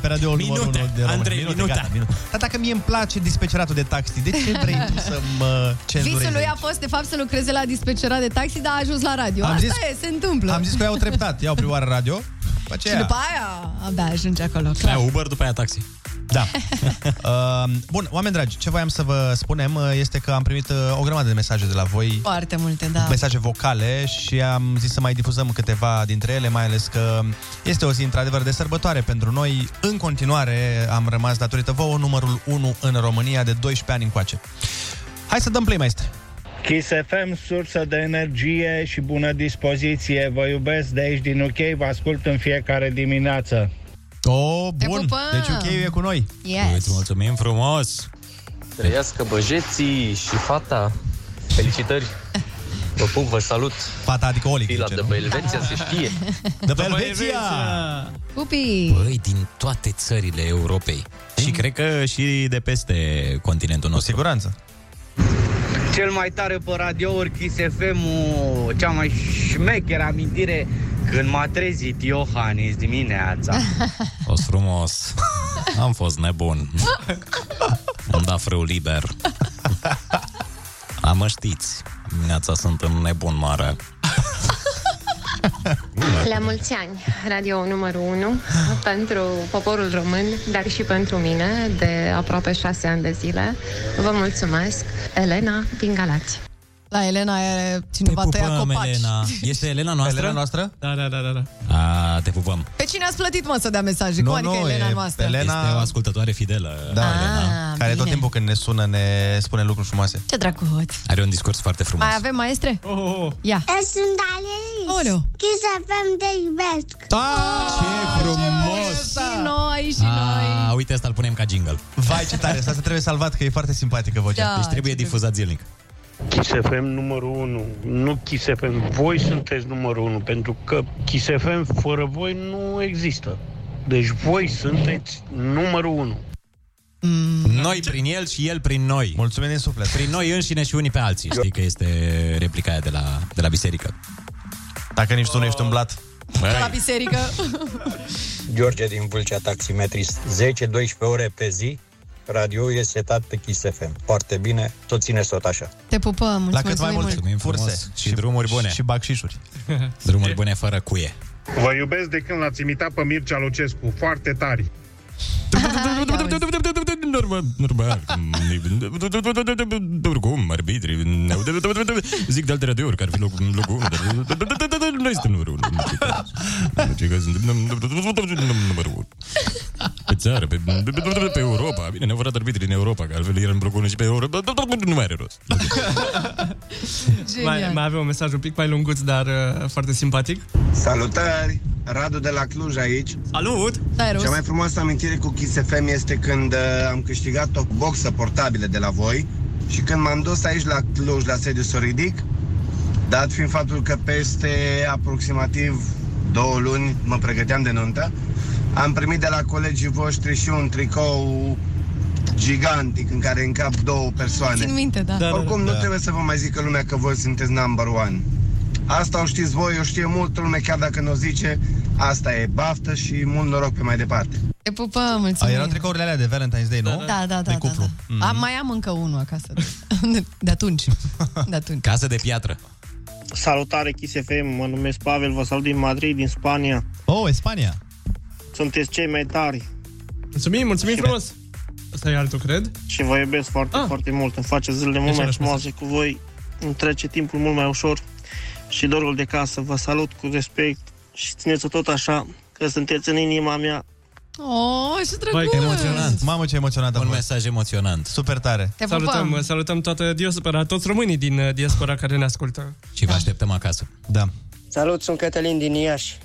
pe radio numărul
Minute.
1 de România.
Andrei, minute.
Gata, minute. Dar dacă mie îmi place dispeceratul de taxi, de ce vrei tu să mă cenzurezi?
Visul lui a fost, de fapt, să lucreze la dispecerat de taxi, dar a ajuns la radio.
Am
Asta
zis-
e, se întâmplă.
Am zis că iau treptat, iau prima oară radio, după
Și
aceea...
după aia, abia ajunge acolo.
Da, Uber, după aia taxi.
Da. [LAUGHS] Uh, bun, oameni dragi, ce voiam să vă spunem uh, este că am primit uh, o grămadă de mesaje de la voi
Foarte multe, da.
mesaje vocale și am zis să mai difuzăm câteva dintre ele, mai ales că este o zi într-adevăr de sărbătoare pentru noi. În continuare am rămas datorită vouă numărul 1 în România de 12 ani încoace. Hai să dăm play mai este.
Kiss FM, sursă de energie și bună dispoziție. Vă iubesc de aici din UK, vă ascult în fiecare dimineață.
Oh,
Te bun. pupăm! Deci UK-ul e
cu noi.
Yes.
Îți mulțumim frumos.
Trăiască băjeții și fata. Felicitări.
Vă pup, vă salut.
Fata, adică Olic.
Fila de pe Elveția, se știe.
De pe Elveția!
Pupii!
Băi, din toate țările Europei. Și cred că și de peste continentul nostru. Cu
siguranță.
Cel mai tare pe radiouri Kiss fm cea mai șmecheră amintire când m-a trezit Iohannis dimineața.
[LAUGHS]
O frumos. Am fost nebun. Am dat frâu liber. Am știți. Dimineața sunt în nebun mare.
La mulți ani, radio numărul 1 pentru poporul român, dar și pentru mine, de aproape șase ani de zile. Vă mulțumesc, Elena din Galați.
La Elena e cineva tăia
Pupăm,
copaci.
Elena. Este Elena noastră? Elena noastră?
Da, da, da, da. da.
A, te pupăm.
Pe cine ați plătit, mă, să dea mesaje? Nu, Cum adică Elena noastră?
Este o ascultătoare fidelă.
Da,
Elena.
Care tot
bine.
timpul când ne sună ne spune lucruri frumoase.
Ce dracuț!
Are un discurs foarte frumos.
Mai avem maestre?
Oh, oh, oh.
Ia.
Eu sunt Alenis.
Oleu.
Kiss FM te iubesc.
Da,
ce frumos!
Ah, Și noi, și noi.
A, Ah, uite, asta îl punem ca jingle.
Vai, ce tare! Asta trebuie salvat, că e foarte simpatică vocea.
Da,
deci trebuie difuzat zilnic.
Kiss FM numărul 1, nu Kiss FM, voi sunteți numărul 1, pentru că Kiss FM fără voi nu există. Deci voi sunteți numărul 1.
Noi prin el și el prin noi.
Mm. Mulțumim din suflet.
Prin noi înșine și unii pe alții. Știi că este replica aia de la, de la biserică.
Dacă nici tu nu ești umblat.
De la biserică.
George din Vâlcea, taximetrist. 10-12 ore pe zi, radio e setat pe Kiss FM. Foarte bine, tot țineți tot așa.
Te pupăm, mulțumim
La cât mai mult.
Mulțumim
Frumos.
frumos. Și, și drumuri bune. Și
bagșișuri.
Drumuri bune fără cuie.
Vă iubesc de când l-ați imitat pe Mircea Lucescu. Foarte tari.
Normal, normal. Oricum, arbitri, zic de alte radiouri, care ar fi locul loc 1, dar noi suntem numărul 1. Cei care suntem numărul 1. Pe țară, pe, pe, pe Europa, bine, neapărat arbitri din Europa, că altfel era în blocul 1 și pe Europa, nu mai are rost.
Mai, mai avem un mesaj un pic mai lunguț, dar uh, foarte simpatic.
Salutări! Radu de la Cluj aici.
Salut!
Cea mai frumoasă amintire cu Kiss FM este când uh, am câștigat o boxă portabilă de la voi și când m-am dus aici la Cluj, la sediu să o ridic, dat fiind faptul că peste aproximativ două luni mă pregăteam de nuntă, am primit de la colegii voștri și un tricou gigantic în care încap două persoane.
Țin minte, da. Da, da, da,
Oricum, nu
da.
trebuie să vă mai zică lumea că voi sunteți number one. Asta o știți voi, o știe multă lume, chiar dacă nu o zice, asta e baftă și mult noroc pe mai departe.
Te pupăm,
A,
mulțumim.
erau tricourile alea de Valentine's Day, nu?
Da, da, da.
De
da,
cuplu. Mm.
da. A, mai am încă unul acasă. [LAUGHS] De, de atunci. De atunci.
Casă de piatră.
Salutare Kiss FM, mă numesc Pavel, vă salut din Madrid, din Spania.
Oh, e Spania.
Sunteți cei mai tari
Mulțumim, mulțumim frumos! Asta e altul, cred.
și vă iubesc foarte, ah. foarte mult. Îmi face zilele mult
Așa
mai
răspuns.
frumoase cu voi. Îmi trece timpul mult mai ușor și dorul de casă. Vă salut cu respect și țineți-o tot așa, că sunteți în inima mea.
Oh, ce
Băi,
drăguț!
că emoționant.
Mamă, ce emoționat
Un mesaj emoționant.
Super tare.
Te pupăm.
salutăm, salutăm toată diaspora, toți românii din uh, diaspora care ne ascultă.
Și vă așteptăm acasă.
Da.
Salut, sunt Cătălin din Iași.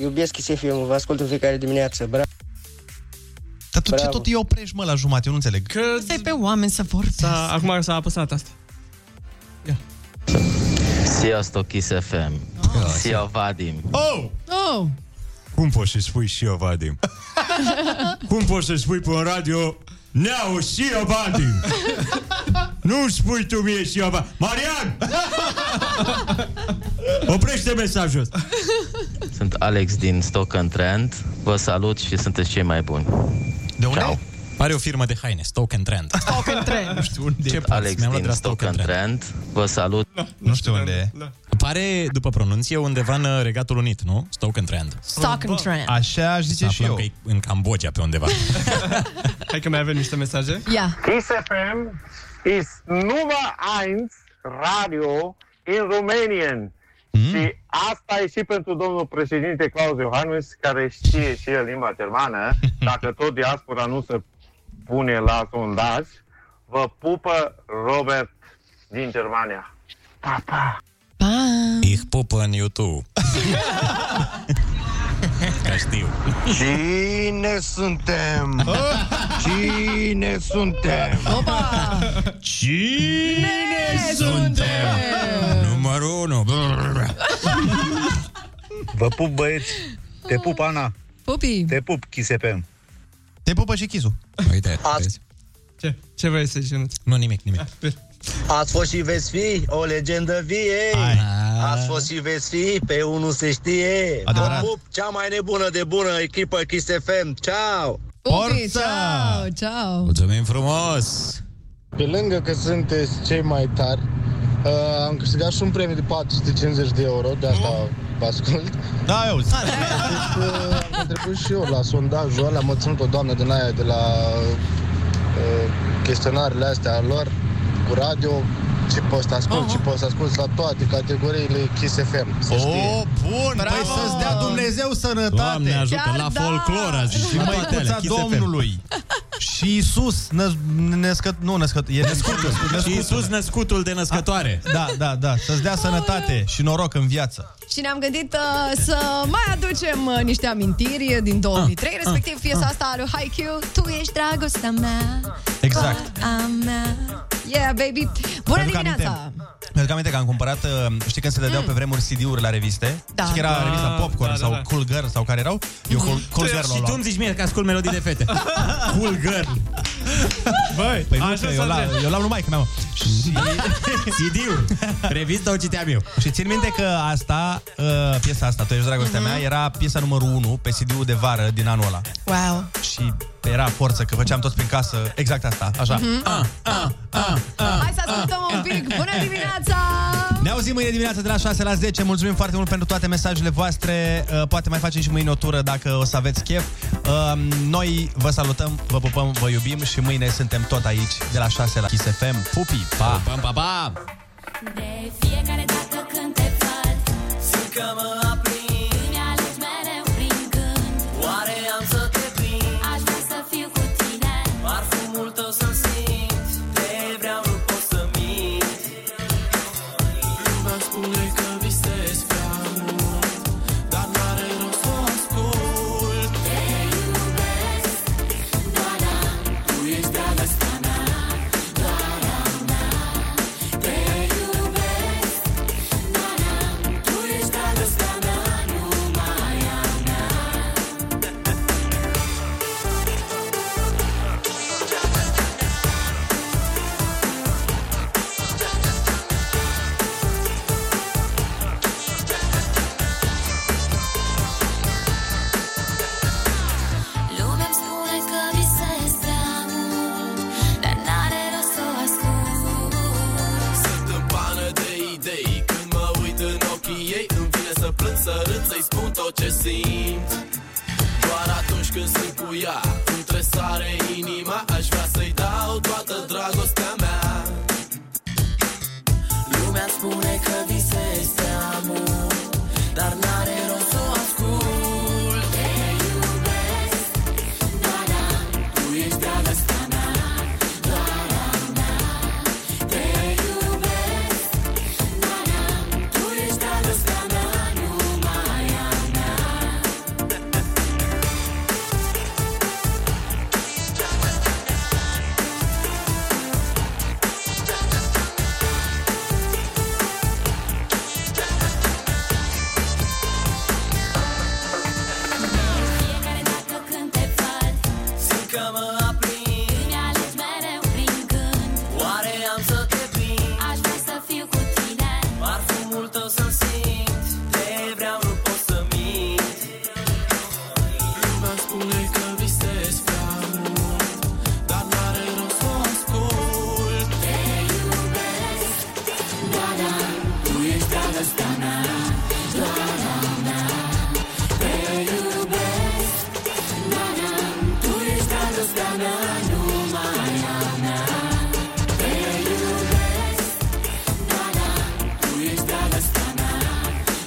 Iubesc Chisefim, vă ascult în fiecare dimineață. Bravo!
Dar tu ce tot îi oprești, mă, la jumate? Eu nu înțeleg.
Că... Stai
pe oameni să vorbească.
Da, Acum s-a apăsat asta.
Sziasztok, Kiss FM! Szia, Vadim!
Oh!
Oh!
Cum poți să spui și eu, Vadim? Cum poți să spui pe un radio Neau și eu, Vadim?
[LAUGHS]
Nu spui tu mie și eu, Vadim. Marian! Oprește mesajul ăsta.
Sunt Alex din Stock and Trend. Vă salut și sunteți cei mai buni.
De unde? Ciao. Are o firmă de haine, Stoke and Trend.
Stoke and Trend.
Nu știu unde
Sunt Alex din Stock and Trend. Vă salut.
Nu știu unde e.
da.
Pare, după pronunție, undeva în uh, Regatul Unit, nu? Stoke and Trend.
[LAUGHS] Stock and trend.
Așa aș
zice și eu. că e în Cambodgia pe undeva.
[LAUGHS] Hai că mai avem niște mesaje.
Ia.
Kiss FM is nummer 1 radio în România. Și asta e și pentru domnul președinte Claus Iohannis, care știe și el limba germană. Dacă tot diaspora nu se pune la sondaj, vă pupă Robert din Germania.
Ich pupă în YouTube. Ca știu.
Cine suntem?
[LAUGHS]
Cine suntem?
Opa!
Cine suntem? Numărul
Vă pup, băieți. Te pup, Ana.
[LAUGHS] Pupi.
Te pup, Chisepem.
Te pupă și Chizu.
Uite,
Azi. Ce? Ce vrei să zici, Ionuț?
Nu, nimic, nimic.
Ați fost și veți fi o legendă vie. Ați fost și veți fi, pe unul se știe.
Adevărat.
Vă pup, cea mai nebună de bună echipă Kiss FM. Ciao!
Pupi, ciao, ciao.
Mulțumim frumos!
Pe lângă că sunteți cei mai tari, uh, am câștigat și un premiu de 450 de euro, de asta vă ascult.
Da, eu deci,
uh, am contribuit și eu la sondajul ăla, mă ținut o doamnă din aia de la uh, chestionarele astea lor, cu radio, ce poți să ascult,
Oh,
ce poți să ascult la toate categoriile Kiss FM. Să
O, Oh, bun, Bravo. păi să-ți dea Dumnezeu sănătate.
Doamne ajută, Chiar la da. folclor a zis,
Și
la toate alea,
măicuța
Kiss FM.
Domnului. și Iisus, năs- născăt, nu născăt, e născutul.
Și Iisus născutul de născătoare.
Da, da, da, să-ți dea sănătate și noroc în viață.
Și ne-am gândit uh, să mai aducem uh, niște amintiri din 2003,
Ah,
respectiv
ah,
piesa asta a lui Haikyuu, Tu ești dragostea mea,
Exact.
a mea. Yeah, baby! Bună
Mi-aduc
dimineața!
Mi-aduc aminte că am cumpărat, uh, știi când se dădeau pe vremuri CD-uri la reviste?
Da.
Știi că era
Da,
revista Popcorn
da, da,
sau
da.
Cool Girl sau care erau? Eu Cool, cool Girl
Și tu îmi zici mie că ascult melodii de
[LAUGHS]
fete. cool girl.
Băi, păi nu, că eu, la, eu l-am numai că [LAUGHS] mi-am... Și...
CD-ul. Revista o citeam eu.
Și țin minte că asta, uh, piesa asta, Tu ești dragostea mea, era piesa numărul 1 pe CD-ul de vară din anul ăla.
Wow!
Și era forță, că făceam toți prin casă exact asta, așa.
Mhm.
Ah, ah, ah, ah.
Hai să ascultăm un pic! Bună dimineața!
Ne auzim mâine dimineața de la 6 la 10. Mulțumim foarte mult pentru toate mesajele voastre. Uh, Poate mai facem și mâine o tură dacă o să aveți chef. Uh, Noi vă salutăm, vă pupăm, vă iubim și mâine suntem tot aici de la 6 la Kiss FM. Pupi, pa!
Pam, pa, pa!
De fiecare dată când te văd Simt că mă aprind Îmi alegi mereu prin gând Oare am să te prind Aș vrea să fiu cu tine Parfumul tău să simt Te vreau, nu pot să mint Lumea spune că visez prea mult Dar n-are rost să o ascult Te iubesc, Doana Tu ești dragostea mea Doana mea Te iubesc tu ești dragostea mea, numai a mea Lumea îmi spune că visez prea mult Dar n-are rost să o ascult Sunt în pană de idei Când mă uit în ochii ei Îmi vine să plâng, să râd, să-i spun tot ce simt Doar atunci când sunt cu ea Îmi tresare inima Aș vrea să-i dau toată dragostea mea Lumea îmi spune că visez prea mult Dar n-are rost să o ascult Te iubesc da, tu ești dragostea mea, doar a mea Te iubesc, Doamna, tu ești dragostea mea, numai a mea Fiecare dată când te văd Simt că mă aprind Îmi alegi mereu prin gând Oare am să te prind Aș vrea să fiu cu tine Parfumul tău să simt Te vreau, nu pot să mint Lumea spune că visez prea mult Dar n-are rost să o ascult Te iubesc Doamna, tu ești dragostea mea Doamna mea Te iubesc Doamna, tu ești dragostea mea, numai a mea. Te iubesc, Doamna, tu ești dragostea mea,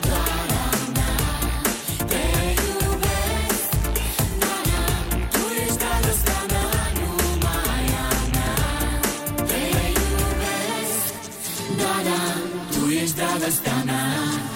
doar a mea. Te iubesc, Doamna, tu ești dragostea mea, numai a mea. Te iubesc, Doamna, tu ești dragostea mea.